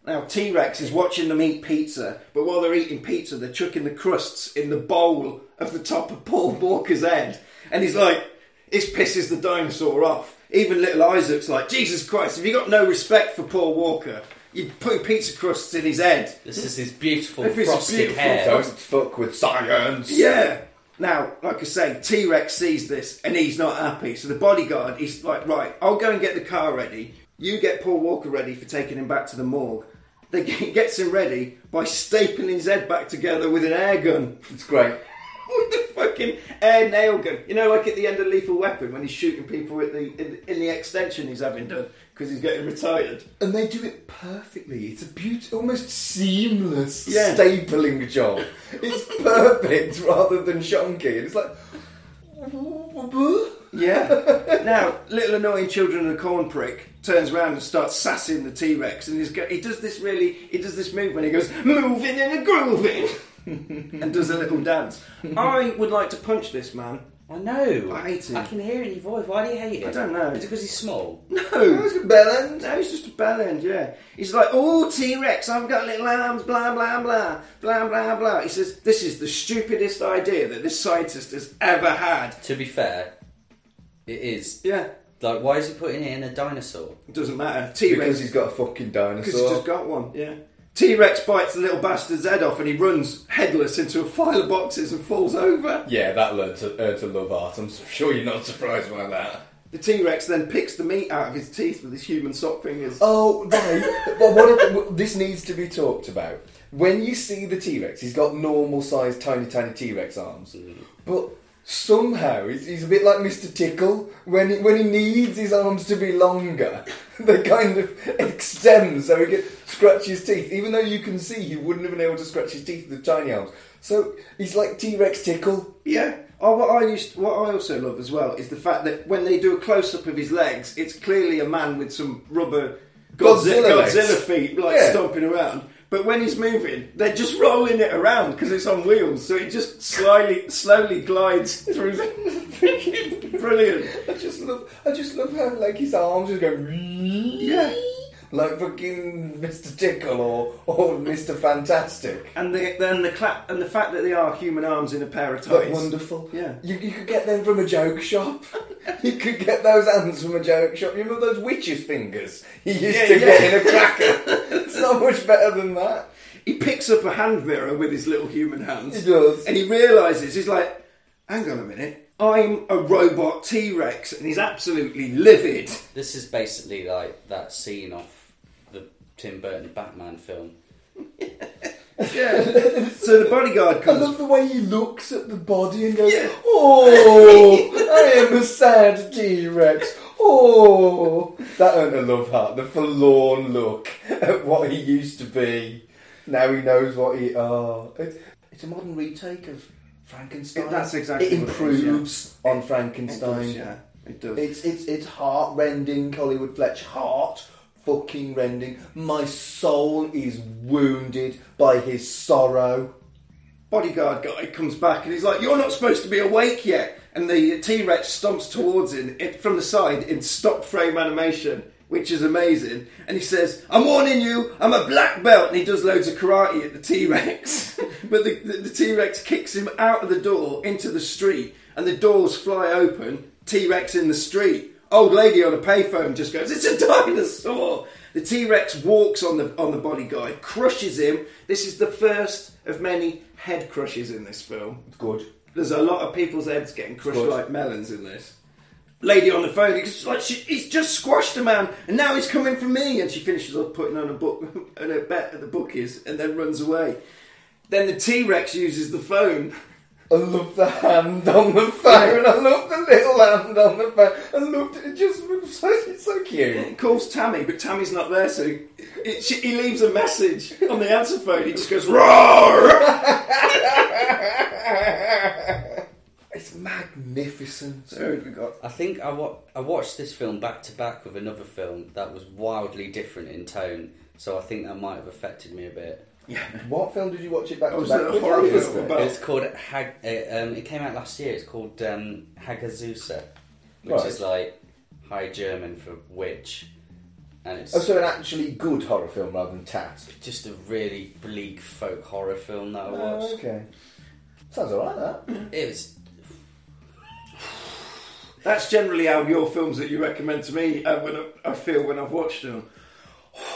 Now T Rex is watching them eat pizza, but while they're eating pizza, they're chucking the crusts in the bowl of the top of Paul Walker's head, and he's like, "This pisses the dinosaur off." Even little Isaac's like, "Jesus Christ, have you got no respect for Paul Walker? You put pizza crusts in his head."
This is his beautiful
If it's
frosted
beautiful
hair.
Don't fuck with science.
Yeah. Now, like I say, T Rex sees this and he's not happy. So the bodyguard is like, right, I'll go and get the car ready. You get Paul Walker ready for taking him back to the morgue. They g- gets him ready by stapling his head back together with an air gun.
It's great.
with the fucking air nail gun. You know, like at the end of Lethal Weapon when he's shooting people at the, in, in the extension he's having done because he's getting retired.
And they do it perfectly. It's a beautiful, almost seamless
Yeah.
stapling job. It's perfect rather than shonky. It's like.
Yeah. now, little annoying children of the corn prick turns around and starts sassing the T Rex, and he's go- he does this really, he does this move when he goes moving and a grooving, and does a little dance. I would like to punch this man.
I know.
I hate him.
I can hear it in your voice. Why do you hate it?
I don't know.
Is it because he's small?
No.
Bellend.
No, he's just a bell end, yeah. He's like, oh, T Rex, I've got little arms, blah, blah, blah, blah, blah, blah. He says, this is the stupidest idea that this scientist has ever had.
To be fair, it is.
Yeah,
Like, why is he putting it in a dinosaur?
it doesn't matter. T Rex
Because he's got a fucking
Because he's
dinosaur.
just got one, yeah. T Rex bites the little bastard's head off and he runs headless into a pile of boxes and falls over.
Yeah, that learned to, learned to love art. I'm sure you're not surprised by that.
The T Rex then picks the meat out of his teeth with his human sock fingers.
Oh, right. but what if- w- this needs to be talked about. When you see the T Rex, he's got normal sized, tiny, tiny T Rex arms. But somehow, he's, he's a bit like Mr. Tickle. When he, when he needs his arms to be longer, they kind of extend so he can scratch his teeth. Even though you can see he wouldn't have been able to scratch his teeth with the tiny arms. So he's like T Rex Tickle.
Yeah. Oh, what I used, what I also love as well is the fact that when they do a close up of his legs, it's clearly a man with some rubber Godzilla,
Godzilla legs.
Godzilla feet like
Yeah.
stomping around. But when he's moving, they're just rolling it around because it's on wheels, so it just slowly, slowly glides through. The... Brilliant.
I just love, I just love how like his arms just go, yeah, like fucking Mr. Tickle or or Mr. Fantastic.
And the, then the clap and the fact that they are human arms in a pair of
But
tights.
wonderful.
Yeah.
you, you could get them from a joke shop. you could get those hands from a joke shop. You remember those witches fingers you used
Yeah,
to
yeah.
get in a cracker? it's not much better than that.
He picks up a hand mirror with his little human hands.
He does.
And he realises, he's like, hang on a minute, I'm a robot T Rex. And he's absolutely livid.
This is basically like that scene off the Tim Burton Batman film.
Yeah. so the bodyguard
I
comes.
love the way he looks at the body and goes,
Yeah.
"Oh, I am a sad T Rex." Oh, that earned a love heart. The forlorn look at what he used to be. Now he knows what he. Oh, it, it's a modern retake of Frankenstein.
It- that's exactly
It
what it is,
improves on Frankenstein.
It does, yeah, it does.
It's it's it's heart rending, Hollywood Fletch. Heart fucking rending. My soul is wounded by his sorrow.
bodyguard guy comes back and he's like, You're not supposed to be awake yet. And the T Rex stomps towards him it, from the side in stop frame animation, which is amazing. And he says, I'm warning you, I'm a black belt. And he does loads of karate at the T Rex. but the- the T Rex kicks him out of the door into the street, and the doors fly open. T Rex in the street. Old lady on a payphone just goes, "It's a dinosaur." The T Rex walks on the on the bodyguard, crushes him. This is the first of many head crushes in this film.
Good.
There's a lot of people's heads getting crushed
Good.
like melons in this. Lady on the phone, it's like she, he's just squashed a man, and now he's coming for me. And she finishes off putting on a book and a bet at the bookies, and then runs away. Then the T Rex uses the phone.
I love the hand on the phone. I love the little hand on the phone. I loved it. It just was so, it's so cute.
He calls Tammy, but Tammy's not there, so he, it, she, he leaves a message on the answer phone. He just goes, Roar!
It's magnificent.
So we got
I think I, wa- I watched this film back to back with another film that was wildly different in tone, so I think that might have affected me a bit.
What film did you watch it back
Oh,
to
was
back?
it a
Which
horror
one was
film
it?
about-
It's called Hag. Uh, um, it came out last year. It's called um, Hagazusa, which
Right.
is like High German for witch, and it's
Oh, so an actually good horror film rather than Tat.
just a really bleak folk horror film that I watched.
Oh, okay. Sounds alright, that.
It was
That's generally how your films that you recommend to me uh, when I, I feel when I've watched them.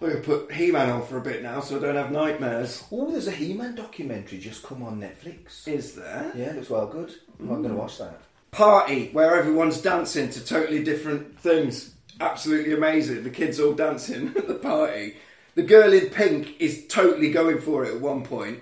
We're going to put He Man on for a bit now so I don't have nightmares.
Oh, there's a He-Man documentary just come on Netflix.
Is there?
Yeah, looks well good. I'm going to watch that.
Party, where everyone's dancing to totally different things. Absolutely amazing. The kids all dancing at the party. The girl in pink is totally going for it at one point.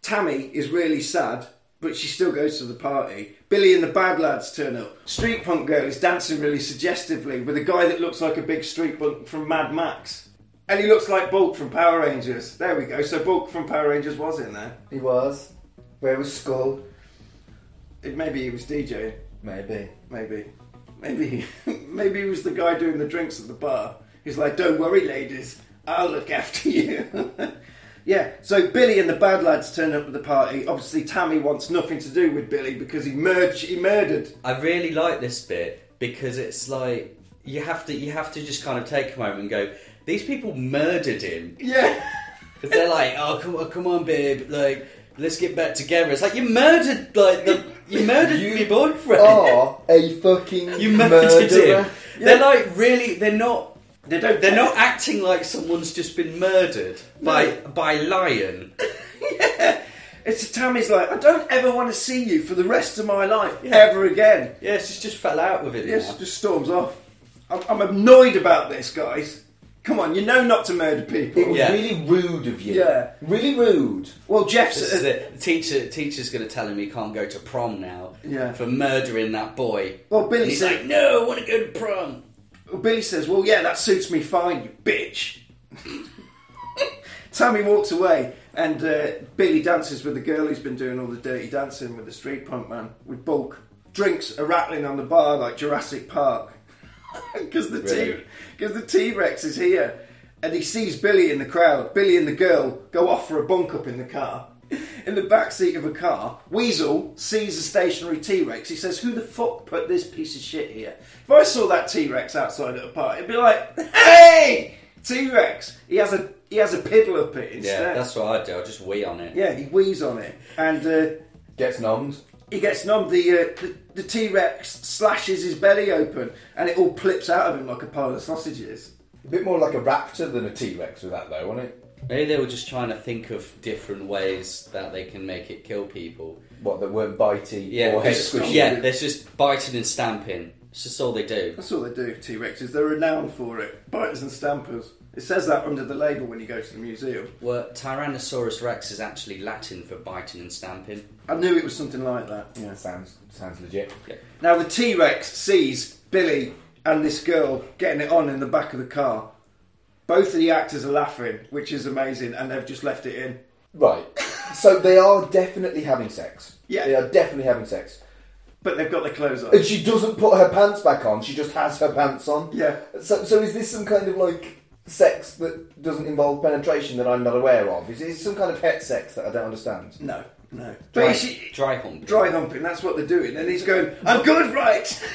Tammy is really sad, but she still goes to the party. Billy and the Bad Lads turn up. Street Punk Girl is dancing really suggestively with a guy that looks like a big street punk from Mad Max. And he looks like Bulk from Power Rangers. There we go. So Bulk from Power Rangers was in there.
He was. Where was Skull?
It, maybe he was DJing.
Maybe.
Maybe. Maybe maybe he was the guy doing the drinks at the bar. He's like, Don't worry, ladies, I'll look after you. yeah, so Billy and the bad lads turn up at the party. Obviously Tammy wants nothing to do with Billy because he murdered he murdered.
I really like this bit because it's like you have to you have to just kind of take a moment and go. These people murdered him
Yeah.
because they're like, oh come on, come on, babe, like let's get back together. It's like you murdered like the you murdered
You Oh,
your boyfriend.
Are a fucking
you murdered
murderer.
him. They're like really. They're not.
They don't
They're not acting like someone's just been murdered by by lion.
It's Tammy's like, I don't ever want to see you for the rest of my life ever again.
Yes, she just fell out with it.
Yes,
now.
just storms off. I'm, I'm annoyed about this, guys. Come on, you know not to murder
It
people.
was
Yeah.
really rude of you.
Yeah.
Really rude.
Well, Jeff's
This is it. The teacher, teacher's going to tell him he can't go to prom now
Yeah.
for murdering that boy.
Well, Billy
And he's
said-
like, "No, I want to go to prom."
Billy says, Well, yeah, that suits me fine, you bitch. Tammy walks away, and uh, Billy dances with the girl who's been doing all the dirty dancing with the street punk man, with Bulk. Drinks are rattling on the bar like Jurassic Park. Because the,
Really?
t- 'cause the T-Rex is here. And he sees Billy in the crowd. Billy and the girl go off for a bunk up in the car. In the back seat of a car, Weasel sees a stationary T-Rex. He says, "Who the fuck put this piece of shit here?" If I saw that T-Rex outside at a party, it'd be like, "Hey, T-Rex!" He has a he has a piddle up it
Yeah,
instead.
that's what I do. I just wee on it.
yeah, he wheezes on it, and uh,
Gets numbed.
he gets numb. The, uh, the the T Rex slashes his belly open, and it all plips out of him like a pile of sausages.
A bit more like a raptor than a T Rex with that, though, wasn't it?
Maybe they were just trying to think of different ways that they can make it kill people.
What, that weren't bitey
Yeah,
or head
just-
squishy?
yeah. There's just biting and stamping. It's just all they do.
That's all they do. T Rexes. They're renowned for it. Biters and stampers. It says that under the label when you go to the museum.
Well, Tyrannosaurus Rex is actually Latin for biting and stamping.
I knew it was something like that.
Yeah, sounds, sounds legit.
Now the T Rex sees Billy and this girl getting it on in the back of the car. Both of the actors are laughing, which is amazing, and they've just left it in.
Right. so they are definitely having sex.
Yeah.
They are definitely having sex.
But they've got their clothes on.
And she doesn't put her pants back on, she just has her pants on.
Yeah.
So, so is this some kind of like sex that doesn't involve penetration that I'm not aware of? Is it some kind of het sex that I don't understand?
No, no. But
Dry,
Oh, she,
dry hump.
dry humping. That's what they're doing. And he's going, I'm good, right?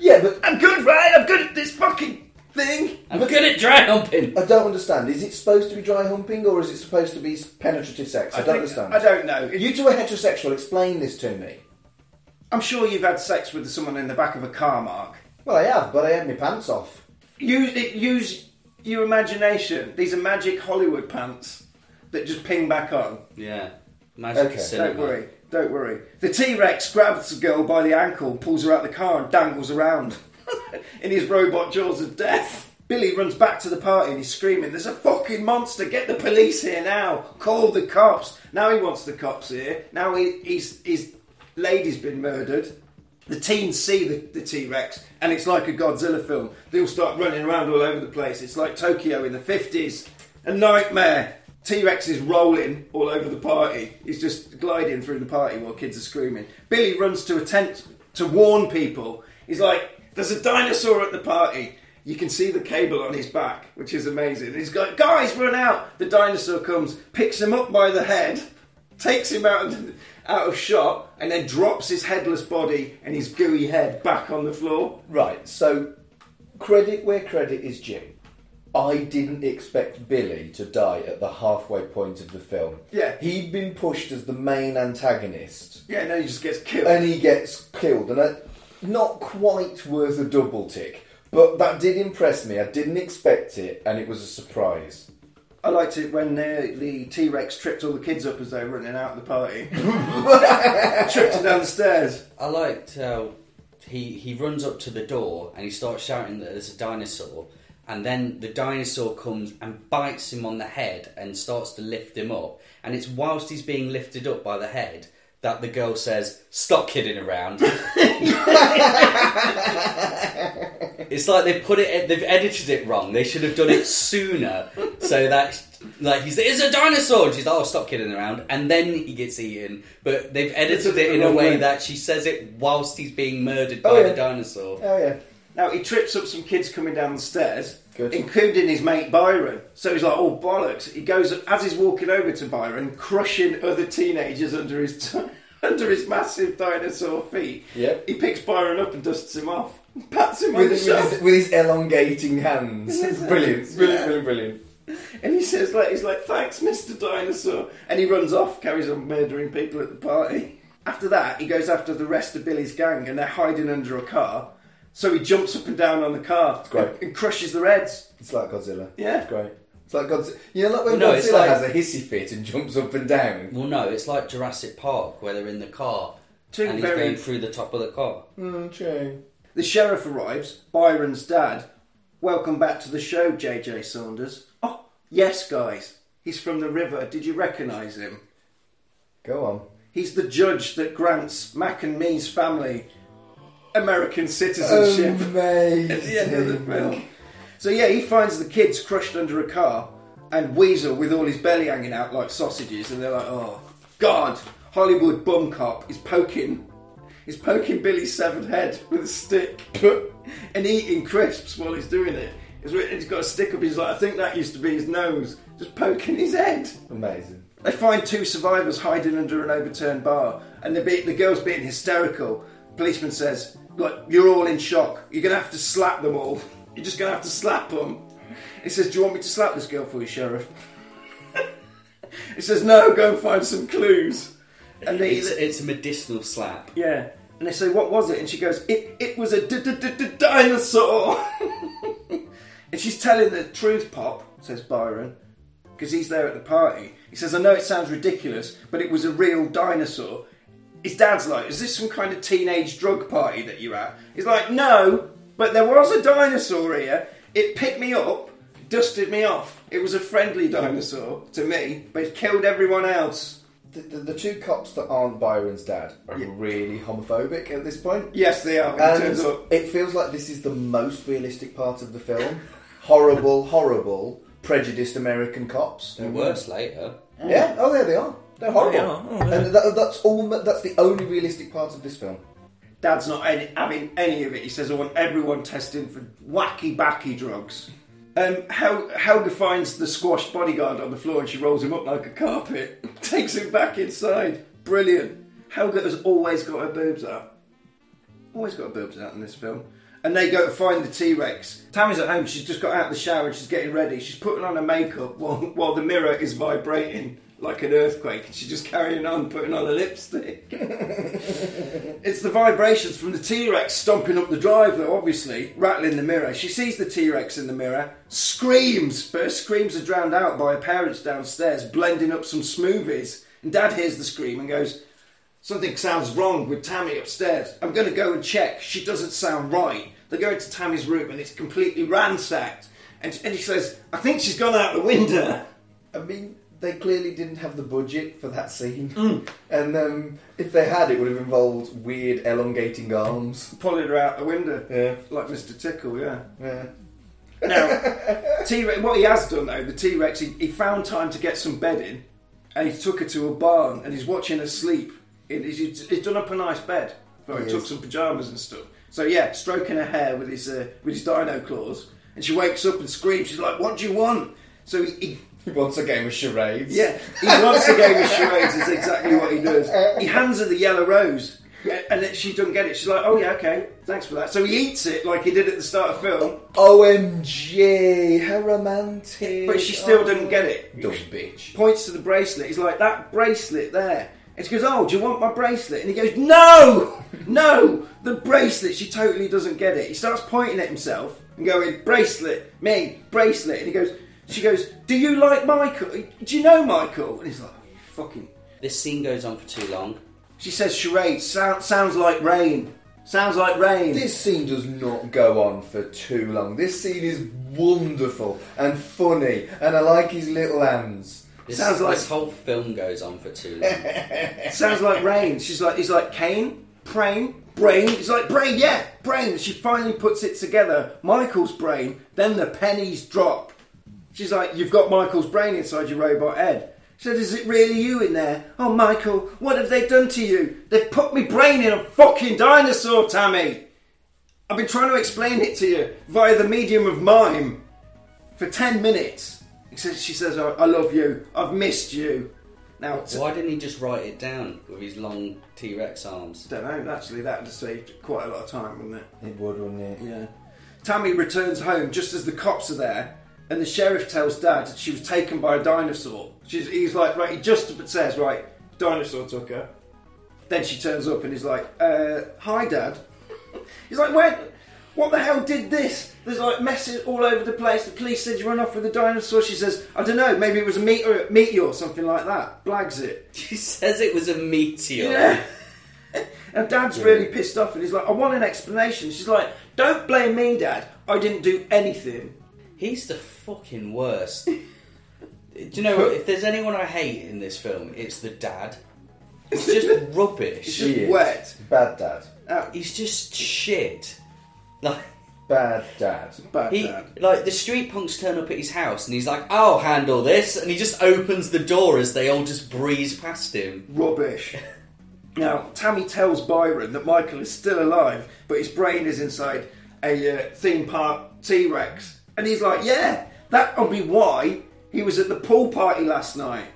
Yeah, but
I'm good, right? I'm good at this fucking thing.
I'm good at dry humping.
I don't understand. Is it supposed to be dry humping or is it supposed to be penetrative sex? I, don't
think-
understand.
I don't know. You-
You two are heterosexual. Explain this to me.
I'm sure you've had sex with someone in the back of a car, Mark.
Well, I have, but I had my pants off.
Use it. Use your imagination. These are magic Hollywood pants that just ping back on.
Yeah. Magic
Okay.
cinema.
Don't worry. Don't worry. The T Rex grabs the girl by the ankle, pulls her out of the car, and dangles around in his robot jaws of death. Billy runs back to the party and he's screaming, There's a fucking monster! Get the police here now! Call the cops! Now he wants the cops here. Now he, he's, his lady's been murdered. The teens see the T Rex and it's like a Godzilla film. They all start running around all over the place. It's like Tokyo in the 50s. A nightmare. T Rex is rolling all over the party. He's just gliding through the party while kids are screaming. Billy runs to a tent to warn people. He's like, There's a dinosaur at the party. You can see the cable on his back, which is amazing. He's like, Guys, run out! The dinosaur comes, picks him up by the head, takes him out of, out of shot, and then drops his headless body and his gooey head back on the floor.
Right, so credit where credit is due. I didn't expect Billy to die at the halfway point of the film.
Yeah.
He'd been pushed as the main antagonist
Yeah, and then he just gets killed.
and he gets killed. And I, not quite worth a double tick, but that did impress me. I didn't expect it and it was a surprise.
I liked it when uh, the T Rex tripped all the kids up as they were running out of the party. tripped them down the stairs.
I liked how he he runs up to the door and he starts shouting that there's a dinosaur, and then the dinosaur comes and bites him on the head and starts to lift him up, and it's whilst he's being lifted up by the head that the girl says, "Stop kidding around." it's like they put it, they've edited it wrong. They should have done it sooner so that. Like he's it's a dinosaur. And she's like, oh, stop kidding around, and then he gets eaten. But they've edited it in a way that she says it whilst he's being murdered by
Oh, yeah.
the dinosaur.
Oh, yeah.
Now he trips up some kids coming down the stairs,
Good.
including his mate Byron. So he's like, "Oh bollocks!" He goes as he's walking over to Byron, crushing other teenagers under his t- under his massive dinosaur feet.
Yep.
He picks Byron up and dusts him off, pats him on
With,
the
his- with,
shoulder,
his, with his elongating hands.
Isn't it?
brilliant, brilliant,
Yeah.
brilliant, brilliant.
and he says, "Like he's like, thanks, Mister Dinosaur," and he runs off, carries on murdering people at the party. After that, he goes after the rest of Billy's gang, and they're hiding under a car. So he jumps up and down on the car
great.
and- and crushes their heads.
It's like Godzilla.
Yeah.
It's great. It's It's like Godzilla. You know, like when
No, it's
Godzilla
like-
has a hissy fit and jumps up and down.
Well, no, it's like Jurassic Park where they're in the car
Two
and he's
very-
going through the top of the car.
Mm, true.
The sheriff arrives, Byron's dad. Welcome back to the show, JJ Saunders. Oh, yes, guys. He's from the river. Did you recognise him?
Go on.
He's the judge that grants Mac and me's family American citizenship
Um,
at the end of the film.
Amazing.
So, yeah, he finds the kids crushed under a car and Weasel with all his belly hanging out like sausages, and they're like, oh, God, Hollywood bum cop is poking. He's poking Billy's severed head with a stick and eating crisps while he's doing it. He's he's got a stick up his like I think that used to be his nose, just poking his head.
Amazing.
They find two survivors hiding under an overturned bar, and the, be- the girl's being hysterical. Policeman says, "Look, you're all in shock. You're gonna have to slap them all. You're just gonna have to slap them." He says, "Do you want me to slap this girl for you, sheriff?" he says, "No, go and find some clues." And they,
It's, it's a medicinal slap.
yeah, and they say, "What was it?" And she goes, "It it was a d- d- d- d- dinosaur." and she's telling the truth, Pop says Byron, because he's there at the party. He says, "I know it sounds ridiculous, but it was a real dinosaur." His dad's like, "Is this some kind of teenage drug party that you're at?" He's like, "No, but there was a dinosaur here. It picked me up." Dusted me off. It was a friendly dinosaur to me, but it killed everyone else.
The, the, the two cops that aren't Byron's dad are really homophobic at this point.
Yes, they are. It
And
turns up.
it feels like this is the most realistic part of the film. horrible, horrible, prejudiced American cops.
They're worse later.
Yeah. Oh, there they are. They're horrible.
There they are. Oh, yeah.
And that, that's all. That's the only realistic part of this film.
Dad's not any, having any of it. He says, I want everyone testing for wacky backy drugs. Um, Hel- Helga finds the squashed bodyguard on the floor and she rolls him up like a carpet, takes him back inside. Brilliant. Helga has always got her boobs out. Always got her boobs out in this film. And they go to find the T Rex. Tammy's at home, she's just got out of the shower and she's getting ready. She's putting on her makeup while, while the mirror is vibrating like an earthquake and she's just carrying on, putting on her lipstick. It's the vibrations from the T Rex stomping up the drive, though, obviously, rattling the mirror. She sees the T Rex in the mirror, screams, but her screams are drowned out by her parents downstairs blending up some smoothies. And Dad hears the scream and goes, Something sounds wrong with Tammy upstairs. I'm going to go and check. She doesn't sound right. They go into Tammy's room and it's completely ransacked. And, and he says, I think she's gone out the window.
I mean, they clearly didn't have the budget for that scene. And um, if they had, it would have involved weird elongating arms.
Pulling her out the window.
Yeah.
Like Mr. Tickle, yeah.
Yeah.
Now, T Rex, what he has done though, the T Rex, he, he found time to get some bedding and he took her to a barn and he's watching her sleep. He- he's, he's done up a nice bed. Well, he
He
took
is.
some pyjamas and stuff. So, yeah, stroking her hair with his, uh, with his dino claws. And she wakes up and screams, she's like, What do you want? So he, he
He wants a game of charades.
yeah, he loves the game of charades. Is exactly what he does. He hands her the yellow rose, and then she doesn't get it. She's like, "Oh yeah, okay, thanks for that." So he eats it like he did at the start of film,
OMG, how romantic. Oh.
but she still doesn't get it.
Dumb bitch.
points to the bracelet. He's like, that bracelet there. And she goes, oh, do you want my bracelet? And he goes, no, no, the bracelet. She totally doesn't get it. He starts pointing at himself and going, bracelet, me, bracelet. And he goes, she goes, do you like Michael? Do you know Michael? And he's like, "You fucking.
This scene goes on for too long.
She says, charades, sound, sounds like rain. Sounds like rain.
This scene does not go on for too long. This scene is wonderful and funny, and I like his little hands.
This,
Sounds like-
this whole film goes on for too long.
sounds like rain. She's like, he's like Kane, Prain, Brain. He's like Brain, yeah, Brain. She finally puts it together. Michael's brain. Then the pennies drop. She's like, you've got Michael's brain inside your robot head. She said, is it really you in there? Oh, Michael, what have they done to you? They've put me brain in a fucking dinosaur, Tammy. I've been trying to explain it to you via the medium of mime for ten minutes. He says, she says, I, I love you. I've missed you. Now, to-
Why didn't he just write it down with his long T Rex arms?
don't know. Actually, that would have saved quite a lot of time, wouldn't it?
It would, wouldn't it?
Yeah. Tammy returns home just as the cops are there, and the sheriff tells Dad that she was taken by a dinosaur. She's, he's like, right, he just says, right, dinosaur took her. Then she turns up and he's like, uh, hi, Dad. He's like, where? What the hell did this? There's like messes all over the place. The police said you run off with a dinosaur. She says, I don't know, maybe it was a meteor, meteor, something like that. Blags it.
She says it was a meteor.
Yeah. And dad's really pissed off and he's like, I want an explanation. She's like, Don't blame me, dad. I didn't do anything.
He's the fucking worst. Do you know what? If there's anyone I hate in this film, it's the dad. It's just rubbish.
Just wet.
Bad dad.
Uh,
He's just shit. Like
Bad dad.
Bad
he,
dad.
like the street punks turn up at his house, and he's like, "I'll handle this," and he just opens the door as they all just breeze past him.
Rubbish. Now, Tammy tells Byron that Michael is still alive, but his brain is inside a uh, theme park T Rex. And he's like, Yeah, that'll be why he was at the pool party last night.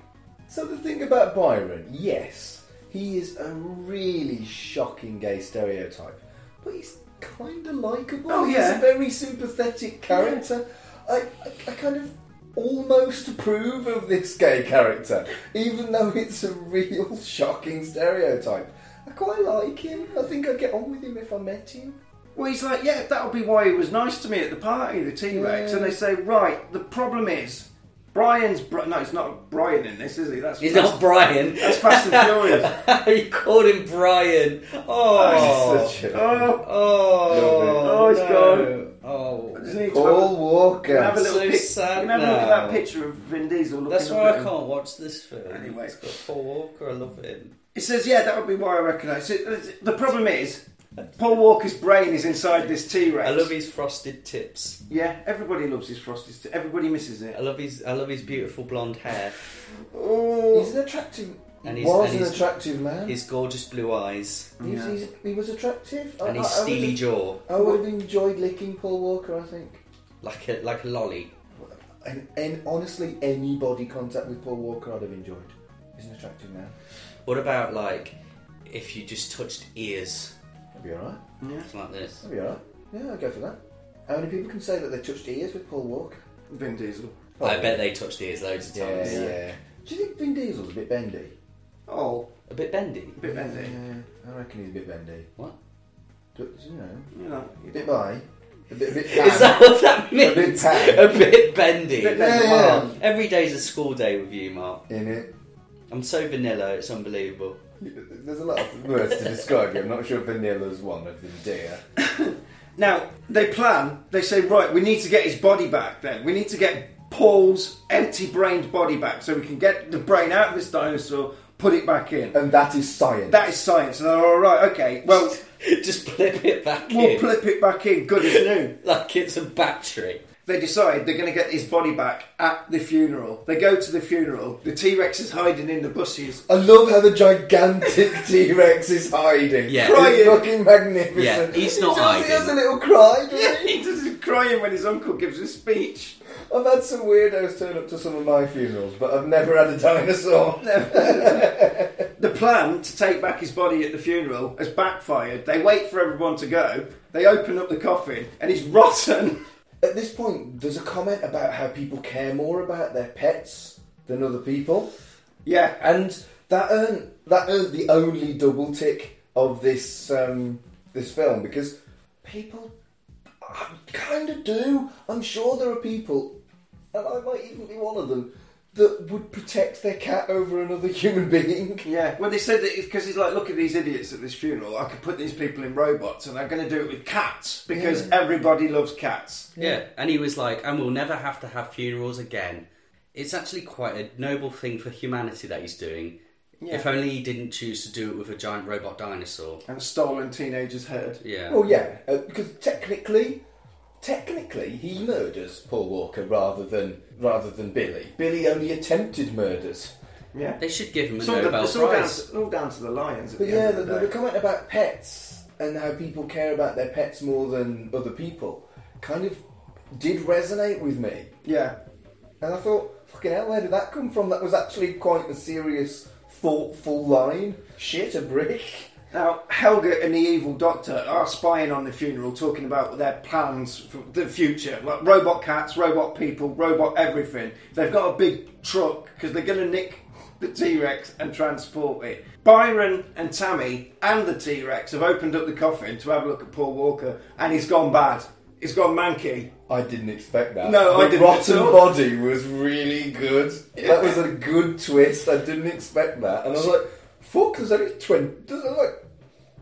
So the thing about Byron, yes, he is a really shocking gay stereotype, but he's kind of likable.
Oh,
he's
yeah.
a very sympathetic character. I, I, I kind of almost approve of this gay character, even though it's a real shocking stereotype. I quite like him. I think I'd get on with him if I met him.
Well, he's like, yeah, that'll be why he was nice to me at the party, the T Rex. And they say, right, the problem is, Brian's. Br- no, it's not Brian in this, is he? That's
He's
that's,
not Brian.
that's Fast and Furious.
you called him Brian. Oh,
Such a-
Oh,
oh,
Oh, he's
no. Oh,
just need to
Paul Walker.
have, a- have a little
so
pic-
sad
we can have a look at that
now.
picture of Vin Diesel. Looking
That's
up
why
at
I
him.
can't watch this film.
Anyway.
it's got Paul Walker. I love him.
He says, yeah, that would be why I recognise it. The problem is, Paul Walker's brain is inside this T Rex.
I love his frosted tips.
Yeah, everybody loves his frosties. Everybody misses
I
it.
love his. I love his beautiful blonde hair.
He's an attractive.
And
he
he's-
was
and
an
he's-
attractive man.
His gorgeous blue eyes
He was- he's- he was attractive.
and
I,
his
I- I would've-
steely jaw,
I would have enjoyed licking Paul Walker, I think.
like a like a lolly.
And, and honestly, any body contact with Paul Walker I'd have enjoyed. He's an attractive man.
What about like if you just touched ears
That'd be alright.
It's like this?
That'd be alright. Yeah, I'd go for that. How many people can say that they touched ears with Paul Walker?
Vin Diesel.
I bet they touched ears loads of
Oh, Yeah,
times.
yeah. Do you think Vin Diesel's a bit bendy?
Oh,
A bit bendy.
a bit bendy.
I reckon he's a bit bendy.
What?
Do- do you know,
You know,
a bit bi. A bit, a bit
Is that what that means?
bit tan.
A bit bendy.
Bit
bendy.
Wow.
Yeah.
Every day's a school day with you, Mark.
in it?
I'm so vanilla, it's unbelievable.
There's a lot of words to describe you. I'm not sure vanilla's one of them, dear.
Now they plan. They say, right, we need to get his body back. Then we need to get Paul's empty-brained body back, so we can get the brain out of this dinosaur, put it back in.
And that is science.
That is science. And they're all right. Okay, well,
Just flip it back
we'll
in.
flip it back in. Good as new.
like it's a battery.
They decide they're going to get his body back at the funeral. They go to the funeral. The T Rex is hiding in the bushes.
I love how the gigantic T Rex is hiding.
Yeah.
Crying.
Crying.
fucking magnificent.
Yeah, he's not
he does- He
hiding.
has a little cry. doesn't he?
he doesn't crying when his uncle gives a speech.
I've had some weirdos turn up to some of my funerals, but I've never had a dinosaur.
The plan to take back his body at the funeral has backfired. They wait for everyone to go. They open up the coffin, and he's rotten.
At this point, there's a comment about how people care more about their pets than other people,
Yeah,
and that earned that earned the only double tick of this um, this film because people kind of do. I'm sure there are people, and I might even be one of them, that would protect their cat over another human being.
yeah. Well, they said that because he's like, look at these idiots at this funeral. I could put these people in robots, and I'm going to do it with cats because everybody loves cats.
Yeah, and he was like, and we'll never have to have funerals again. It's actually quite a noble thing for humanity that he's doing. If only he didn't choose to do it with a giant robot dinosaur.
And a stolen teenager's head.
Yeah.
Well, yeah, uh, because technically, technically, he murders Paul Walker rather than rather than Billy. Billy only attempted murders.
Yeah.
They should give him a
It's all,
Nobel
it's all down,
Prize.
to, all down to the lions. At
But
the
yeah,
end
the,
of the,
the, the
day.
comment about pets and how people care about their pets more than other people kind of did resonate with me,
yeah,
and I thought, fucking hell, where did that come from? That was actually quite a serious, thoughtful line. Shit, a brick.
Now, Helga and the evil doctor are spying on the funeral, talking about their plans for the future. Like robot cats, robot people, robot everything. They've got a big truck because they're going to nick the T Rex and transport it. Byron and Tammy and the T Rex have opened up the coffin to have a look at Paul Walker, and he's gone bad. He's gone manky.
I didn't expect that.
No, I
The
didn't
Rotten
at all.
Body was really good. That was a good twist. I didn't expect that, and I was like, "Fuck!" There's only twenty. There's only like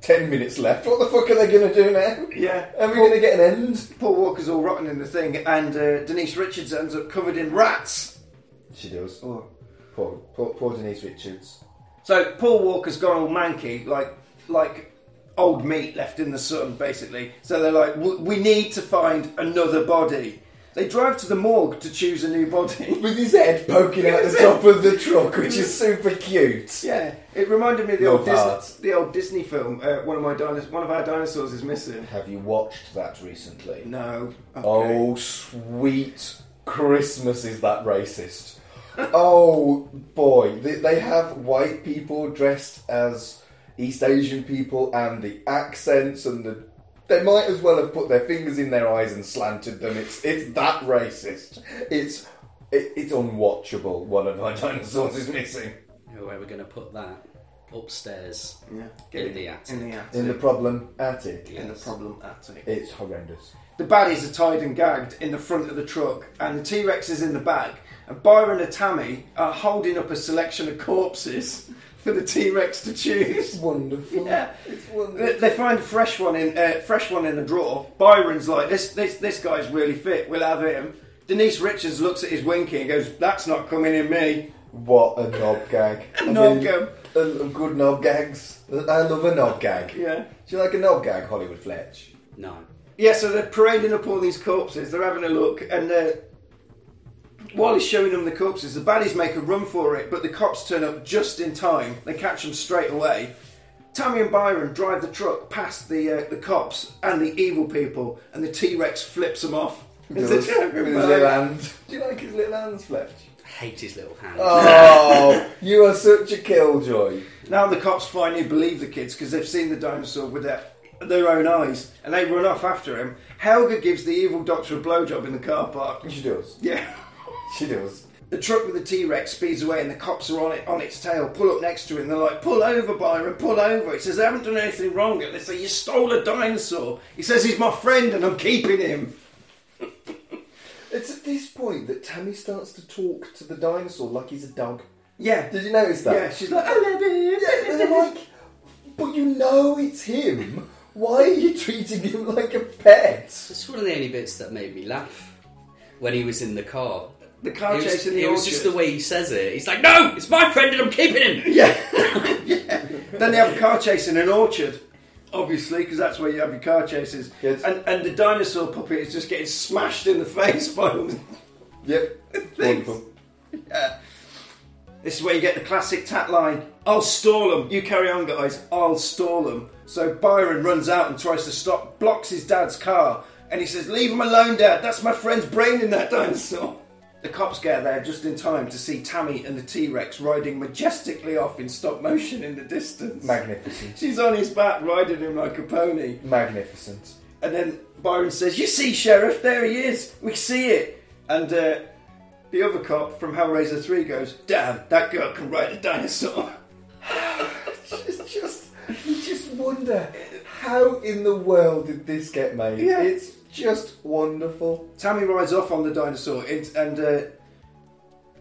ten minutes left. What the fuck are they going to do now?
Yeah.
are we going to get an end?
Paul Walker's all rotten in the thing, and uh, Denise Richards ends up covered in rats.
She does.
Oh.
Poor, poor, poor Denise Richards.
So Paul Walker's gone all manky, like like old meat left in the sun, basically. So they're like, "W- we need to find another body. They drive to the morgue to choose a new body.
With his head poking out the top of the truck, which is super cute.
yeah, it reminded me of the
No
old
parts.
Disney, the old Disney film. Uh, one of my dinos- one of our dinosaurs is missing.
Have you watched that recently?
No. Okay.
Oh, sweet Christmas, is that racist? oh, boy. They, they have white people dressed as East Asian people, and the accents and the. They might as well have put their fingers in their eyes and slanted them. It's it's that racist. It's it, it's unwatchable. One of my dinosaurs is missing
Where are we going to put that? Upstairs.
Yeah.
In the attic.
In the attic.
in the problem attic.
In the
Yes.
problem attic.
It's horrendous.
The baddies are tied and gagged in the front of the truck, and the T Rex is in the back. And Byron and Tammy are holding up a selection of corpses for the T Rex to choose.
Wonderful.
Yeah.
It's wonderful.
They they find a fresh one in uh, fresh one in a drawer. Byron's like, this this this guy's really fit. We'll have him. Denise Richards looks at his winky and goes, "That's not coming in me."
What a knob gag.
Knob gag.
A, a good knob gags. I love a knob gag.
Yeah.
Do you like a knob gag, Hollywood Fletch?
No.
Yeah, so they're parading up all these corpses. They're having a look, and uh, while he's showing them the corpses, the baddies make a run for it, but the cops turn up just in time. They catch them straight away. Tammy and Byron drive the truck past the uh, the cops and the evil people, and the T Rex flips them off. It's a
Does.
terrible
With his
moment.
little hand. Do you like his little hands, Fletch?
Hate his little hand.
Oh, you are such a killjoy.
Now the cops finally believe the kids because they've seen the dinosaur with their their own eyes, and they run off after him. Helga gives the evil doctor a blowjob in the car park.
She does.
Yeah.
She does.
The truck with the T Rex speeds away, and the cops are on it on its tail. Pull up next to him. They're like, "Pull over, Byron. Pull over." He says, "I haven't done anything wrong." And they say, "You stole a dinosaur." He says, "He's my friend, and I'm keeping him."
It's at this point that Tammy starts to talk to the dinosaur like he's a dog.
Yeah,
Did you notice that?
yeah. She's like, "Oh, "I love him."
Yeah, and I'm like, but you know it's him. Why are you treating him like a pet?
It's one of the only bits that made me laugh when he was in the car.
The car
it was,
chase in the
it was just the
orchard.
way he says it. He's like, "No, it's my friend, and I'm keeping him."
Yeah, yeah. Then they have a car chase in an orchard, obviously, because that's where you have your car chases.
Yes.
And and the dinosaur puppet is just getting smashed in the face by all the
Yep.
Thanks.
Wonderful.
This is where you get the classic tat line I'll stall them. You carry on, guys. I'll stall them. So Byron runs out and tries to stop, blocks his dad's car, and he says, Leave him alone, dad. That's my friend's brain in that dinosaur. The cops get there just in time to see Tammy and the T Rex riding majestically off in stop motion in the distance.
Magnificent.
She's on his back, riding him like a pony.
Magnificent.
And then Byron says, You see, Sheriff, there he is. We see it. And uh, the other cop from Hellraiser 3 goes, Damn, that girl can ride a dinosaur.
It's just, you just wonder how in the world did this get made?
Yeah.
It's just wonderful.
Tammy rides off on the dinosaur it, and uh,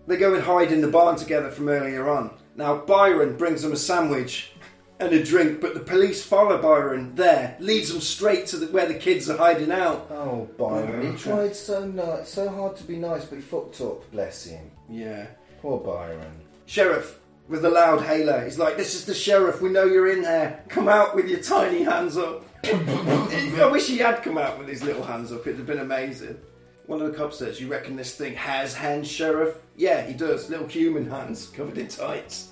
they go and hide in the barn together from earlier on. Now, Byron brings them a sandwich and a drink, but the police follow Byron there, leads them straight to the, where the kids are hiding out.
Oh, Byron,
Yeah.
he tried so nice, so hard to be nice, but he fucked up. Bless him.
Yeah.
Poor Byron.
Sheriff with a loud halo. He's like, "This is the sheriff. We know you're in there. Come out with your tiny hands up." I wish he had come out with his little hands up. It'd have been amazing. One of the cops says, "You reckon this thing has hands, sheriff?" Yeah, he does. Little human hands covered in tights.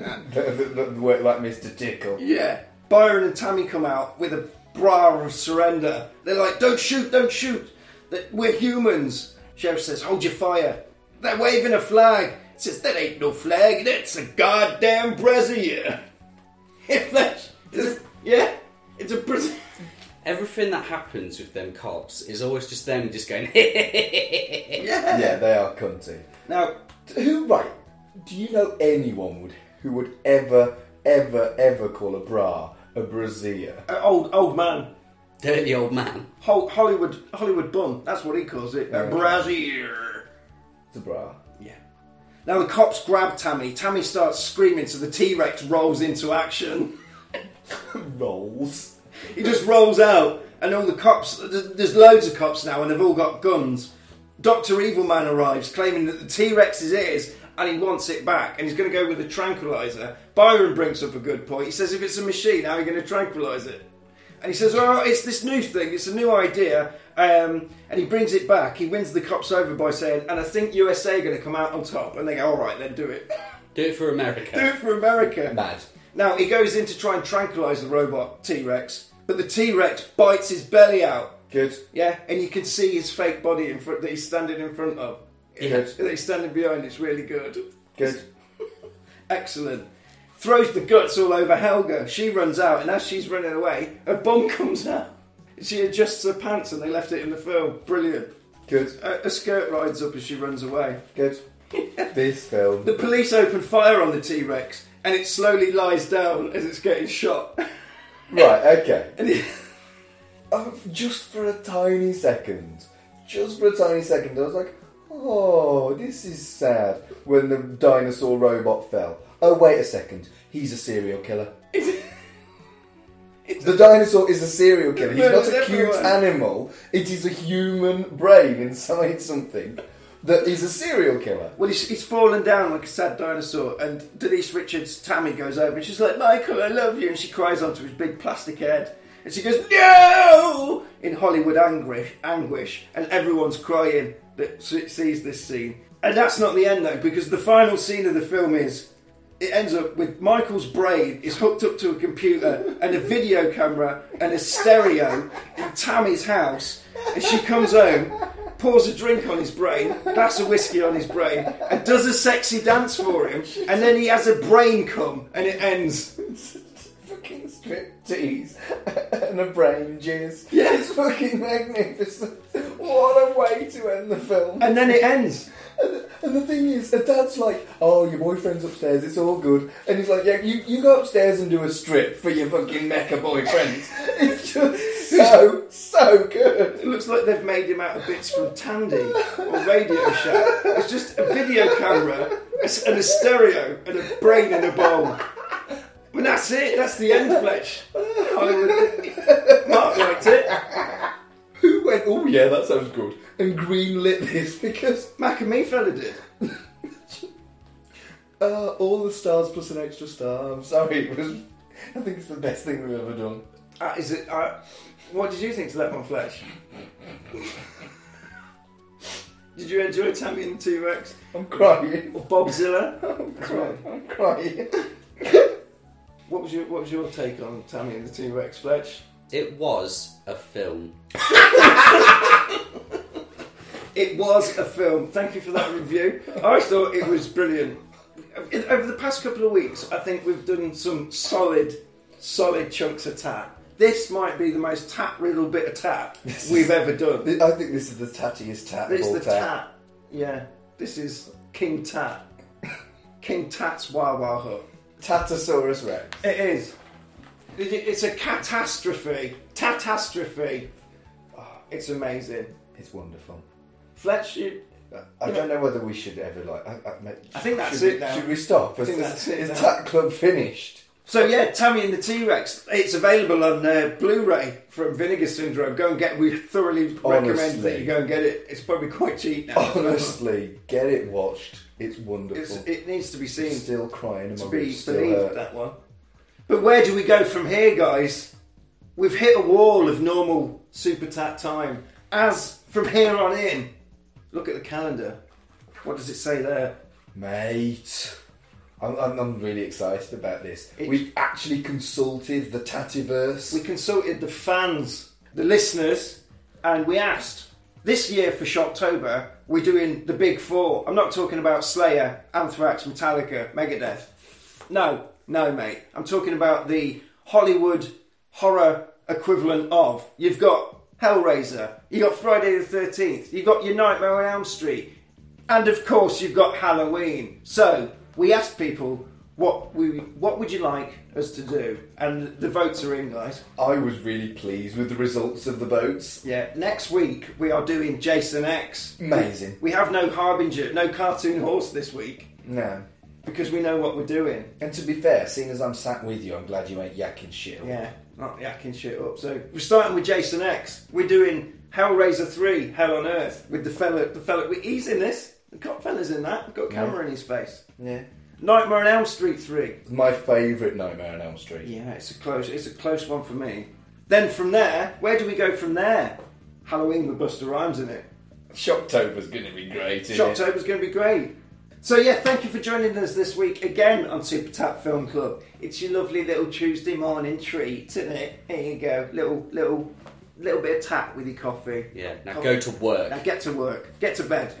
Work like Mr. Tickle.
Yeah. Byron and Tammy come out with a bra of surrender. They're like, don't shoot, don't shoot. That- We're humans. Sheriff says, hold your fire. They're waving a flag. Says, that ain't no flag, that's a goddamn brazier. If that. it's a- Yeah, it's a brazier.
Everything that happens with them cops is always just them just going.
Yeah.
Yeah, they are cunty.
Now,
Who, right? Do you know anyone would who would ever, ever, ever call a bra a brassiere?
Uh, old old man.
Dirty old man.
Ho- Hollywood Hollywood bum. That's what he calls it. A
Yeah.
brassiere.
It's a bra.
Yeah. Now the cops grab Tammy. Tammy starts screaming, so the T Rex rolls into action.
Rolls.
He just rolls out, and all the cops. th- There's loads of cops now, and they've all got guns. Doctor Evil Man arrives, claiming that the T Rex is his, and he wants it back, and he's going to go with a tranquilizer. Byron brings up a good point. He says, "If it's a machine, how are you going to tranquilize it?" And he says, "Well, it's this new thing. It's a new idea." Um, and he brings it back. He wins the cops over by saying, "And I think USA are going to come out on top." And they go, "All right, then do it.
Do it for
do
America.
it for America."
Mad.
Now he goes in to try and tranquilise the robot T Rex, but the T Rex bites his belly out.
Good.
Yeah, and you can see his fake body in front that he's standing in front of.
Yeah.
That he's standing behind. It's really good.
Good.
Excellent. Throws the guts all over Helga. She runs out, and as she's running away, her bum comes out. She adjusts her pants, and they left it in the film. Brilliant.
Good.
Her, her skirt rides up as she runs away.
Good. This film.
The police open fire on the T Rex, and it slowly lies down as it's getting shot.
Right, okay.
And it-
Oh, just for a tiny second. Just for a tiny second, I was like, oh, this is sad. When the dinosaur robot fell. Oh, wait a second. He's a serial killer. The dinosaur is a serial killer. He's not
murders
a cute
everyone.
animal. It is a human brain inside something that is a serial killer.
Well, he's, he's fallen down like a sad dinosaur, and Denise Richards' Tammy goes over and she's like, Michael, I love you. And she cries onto his big plastic head. And she goes, No! In Hollywood anguish, anguish and everyone's crying that s- sees this scene. And that's not the end, though, because the final scene of the film is it ends up with Michael's brain is hooked up to a computer and a video camera and a stereo in Tammy's house, and she comes home, pours a drink on his brain, glass of whiskey on his brain, and does a sexy dance for him, and then he has a brain cum, and it ends.
fucking striptease and a brain jizz.
Yeah.
It's fucking magnificent. What a way to end the film.
And then it ends.
And, and the thing is, the dad's like, oh, your boyfriend's upstairs, it's all good. And he's like, yeah, you, you go upstairs and do a strip for your fucking mecha boyfriend. it's just so, so good.
It looks like they've made him out of bits from Tandy or Radio Shack. It's just a video camera a s- and a stereo and a brain in a bowl. And that's it. That's the end, Fletch. Hollywood. Mark liked it.
Who went, oh yeah, that sounds good, and greenlit this because
Mac and me fella did.
uh, all the stars plus an extra star. I'm sorry, it was, I think it's the best thing we've ever done.
Uh, is it? Uh, what did you think to that one, Fletch? did you enjoy Tammy and the T-Rex
I'm crying.
or Bobzilla?
I'm crying. I'm crying.
What was your What was your take on Tammy and the T-Rex, Fletch?
It was a film.
It was a film. Thank you for that review. I thought it was brilliant. In- Over the past couple of weeks, I think we've done some solid, solid chunks of tat. This might be the most tat riddled bit of tat we've ever done.
I think this is the tattiest tat of
It's
all
the
tat.
tat. Yeah, this is King Tat. King Tat's Wawa Hut.
Tatasaurus Rex.
It is. It- it- It's a catastrophe. Catastrophe. Oh, it's amazing.
It's wonderful.
Fletch, you,
I don't know whether we should ever like. I, I, mean,
I think that's
should
it
we,
now.
Should we stop? Is,
think
this-
that's it
is
now.
Tat Club finished?
So yeah, Tammy and the T Rex. It's available on uh, Blu-ray from Vinegar Syndrome. Go and get. We thoroughly recommend that
Honestly.
you go and get it. It's probably quite cheap now.
Honestly, get it watched. It's wonderful.
it's, it needs to be seen to
still crying and my
be
ribs still uh,
believed.
hurt.
That one. But where do we go from here, guys? We've hit a wall of normal super tat time. As from here on in, look at the calendar. What does it say there?
Mate, I'm, I'm, I'm really excited about this.
It's-
We've actually consulted the Tativerse.
We consulted the fans, the listeners, and we asked this year for Shocktober, we're doing the big four. I'm not talking about Slayer, Anthrax, Metallica, Megadeth. No, no, mate. I'm talking about the Hollywood horror equivalent of. You've got Hellraiser, you've got Friday the 13th, you've got Your Nightmare on Elm Street, and of course, you've got Halloween. So, we asked people what we what would you like us to do, and the votes are in, guys.
I was really pleased with the results of the votes.
Yeah, next week we are doing Jason X.
Amazing.
We have no harbinger, no cartoon horse this week
No.
because we know what we're doing.
And to be fair, seeing as I'm sat with you, I'm glad you ain't yakking shit. all.
Yeah, not yakking shit up. So we're starting with Jason X. We're doing Hellraiser three, Hell on Earth, with the fella. The fella. we- He's in this. The cop fella's in that. We've got a camera in his face.
Yeah.
Nightmare on Elm Street three.
My favourite Nightmare on Elm Street.
Yeah, it's a close. It's a close one for me. Then from there, where do we go from there? Halloween with Buster Rhymes in it.
Shocktober's going to be great. isn't it?
Shocktober's going to be great. So yeah, thank you for joining us this week again on Super Tap Film Club. It's your lovely little Tuesday morning treat, isn't it? Here you go, little little little bit of tap with your coffee.
Yeah, now
Coffee.
go to work.
Now get to work. Get to bed.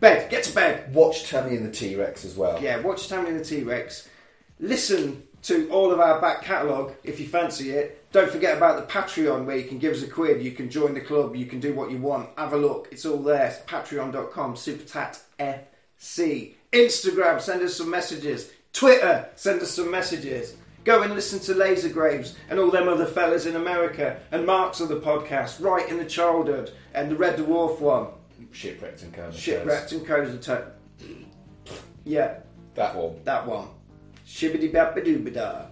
Bed. Get to bed.
Watch Tammy and the T Rex as well.
Yeah, watch Tammy and the T Rex. Listen to all of our back catalogue if you fancy it. Don't forget about the Patreon where you can give us a quid, you can join the club, you can do what you want. Have a look, it's all there. It's Patreon.com, SupertatFC. Instagram, send us some messages. Twitter, send us some messages. Go and listen to Laser Graves and all them other fellas in America and Mark's other podcast, Right in the Childhood and the Red Dwarf one.
Shipwrecked and Carnage.
Shipwrecked and Cozy Toe. Yeah.
That one.
That one. Shibbity babbity da.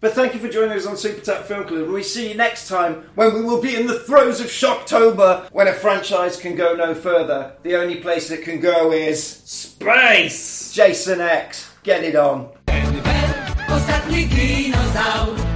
But thank you for joining us on Super Tap Film Club, and we see you next time when we will be in the throes of Shocktober, when a franchise can go no further. The only place that can go is space. Jason X, get it on.
Ostatni dinozaur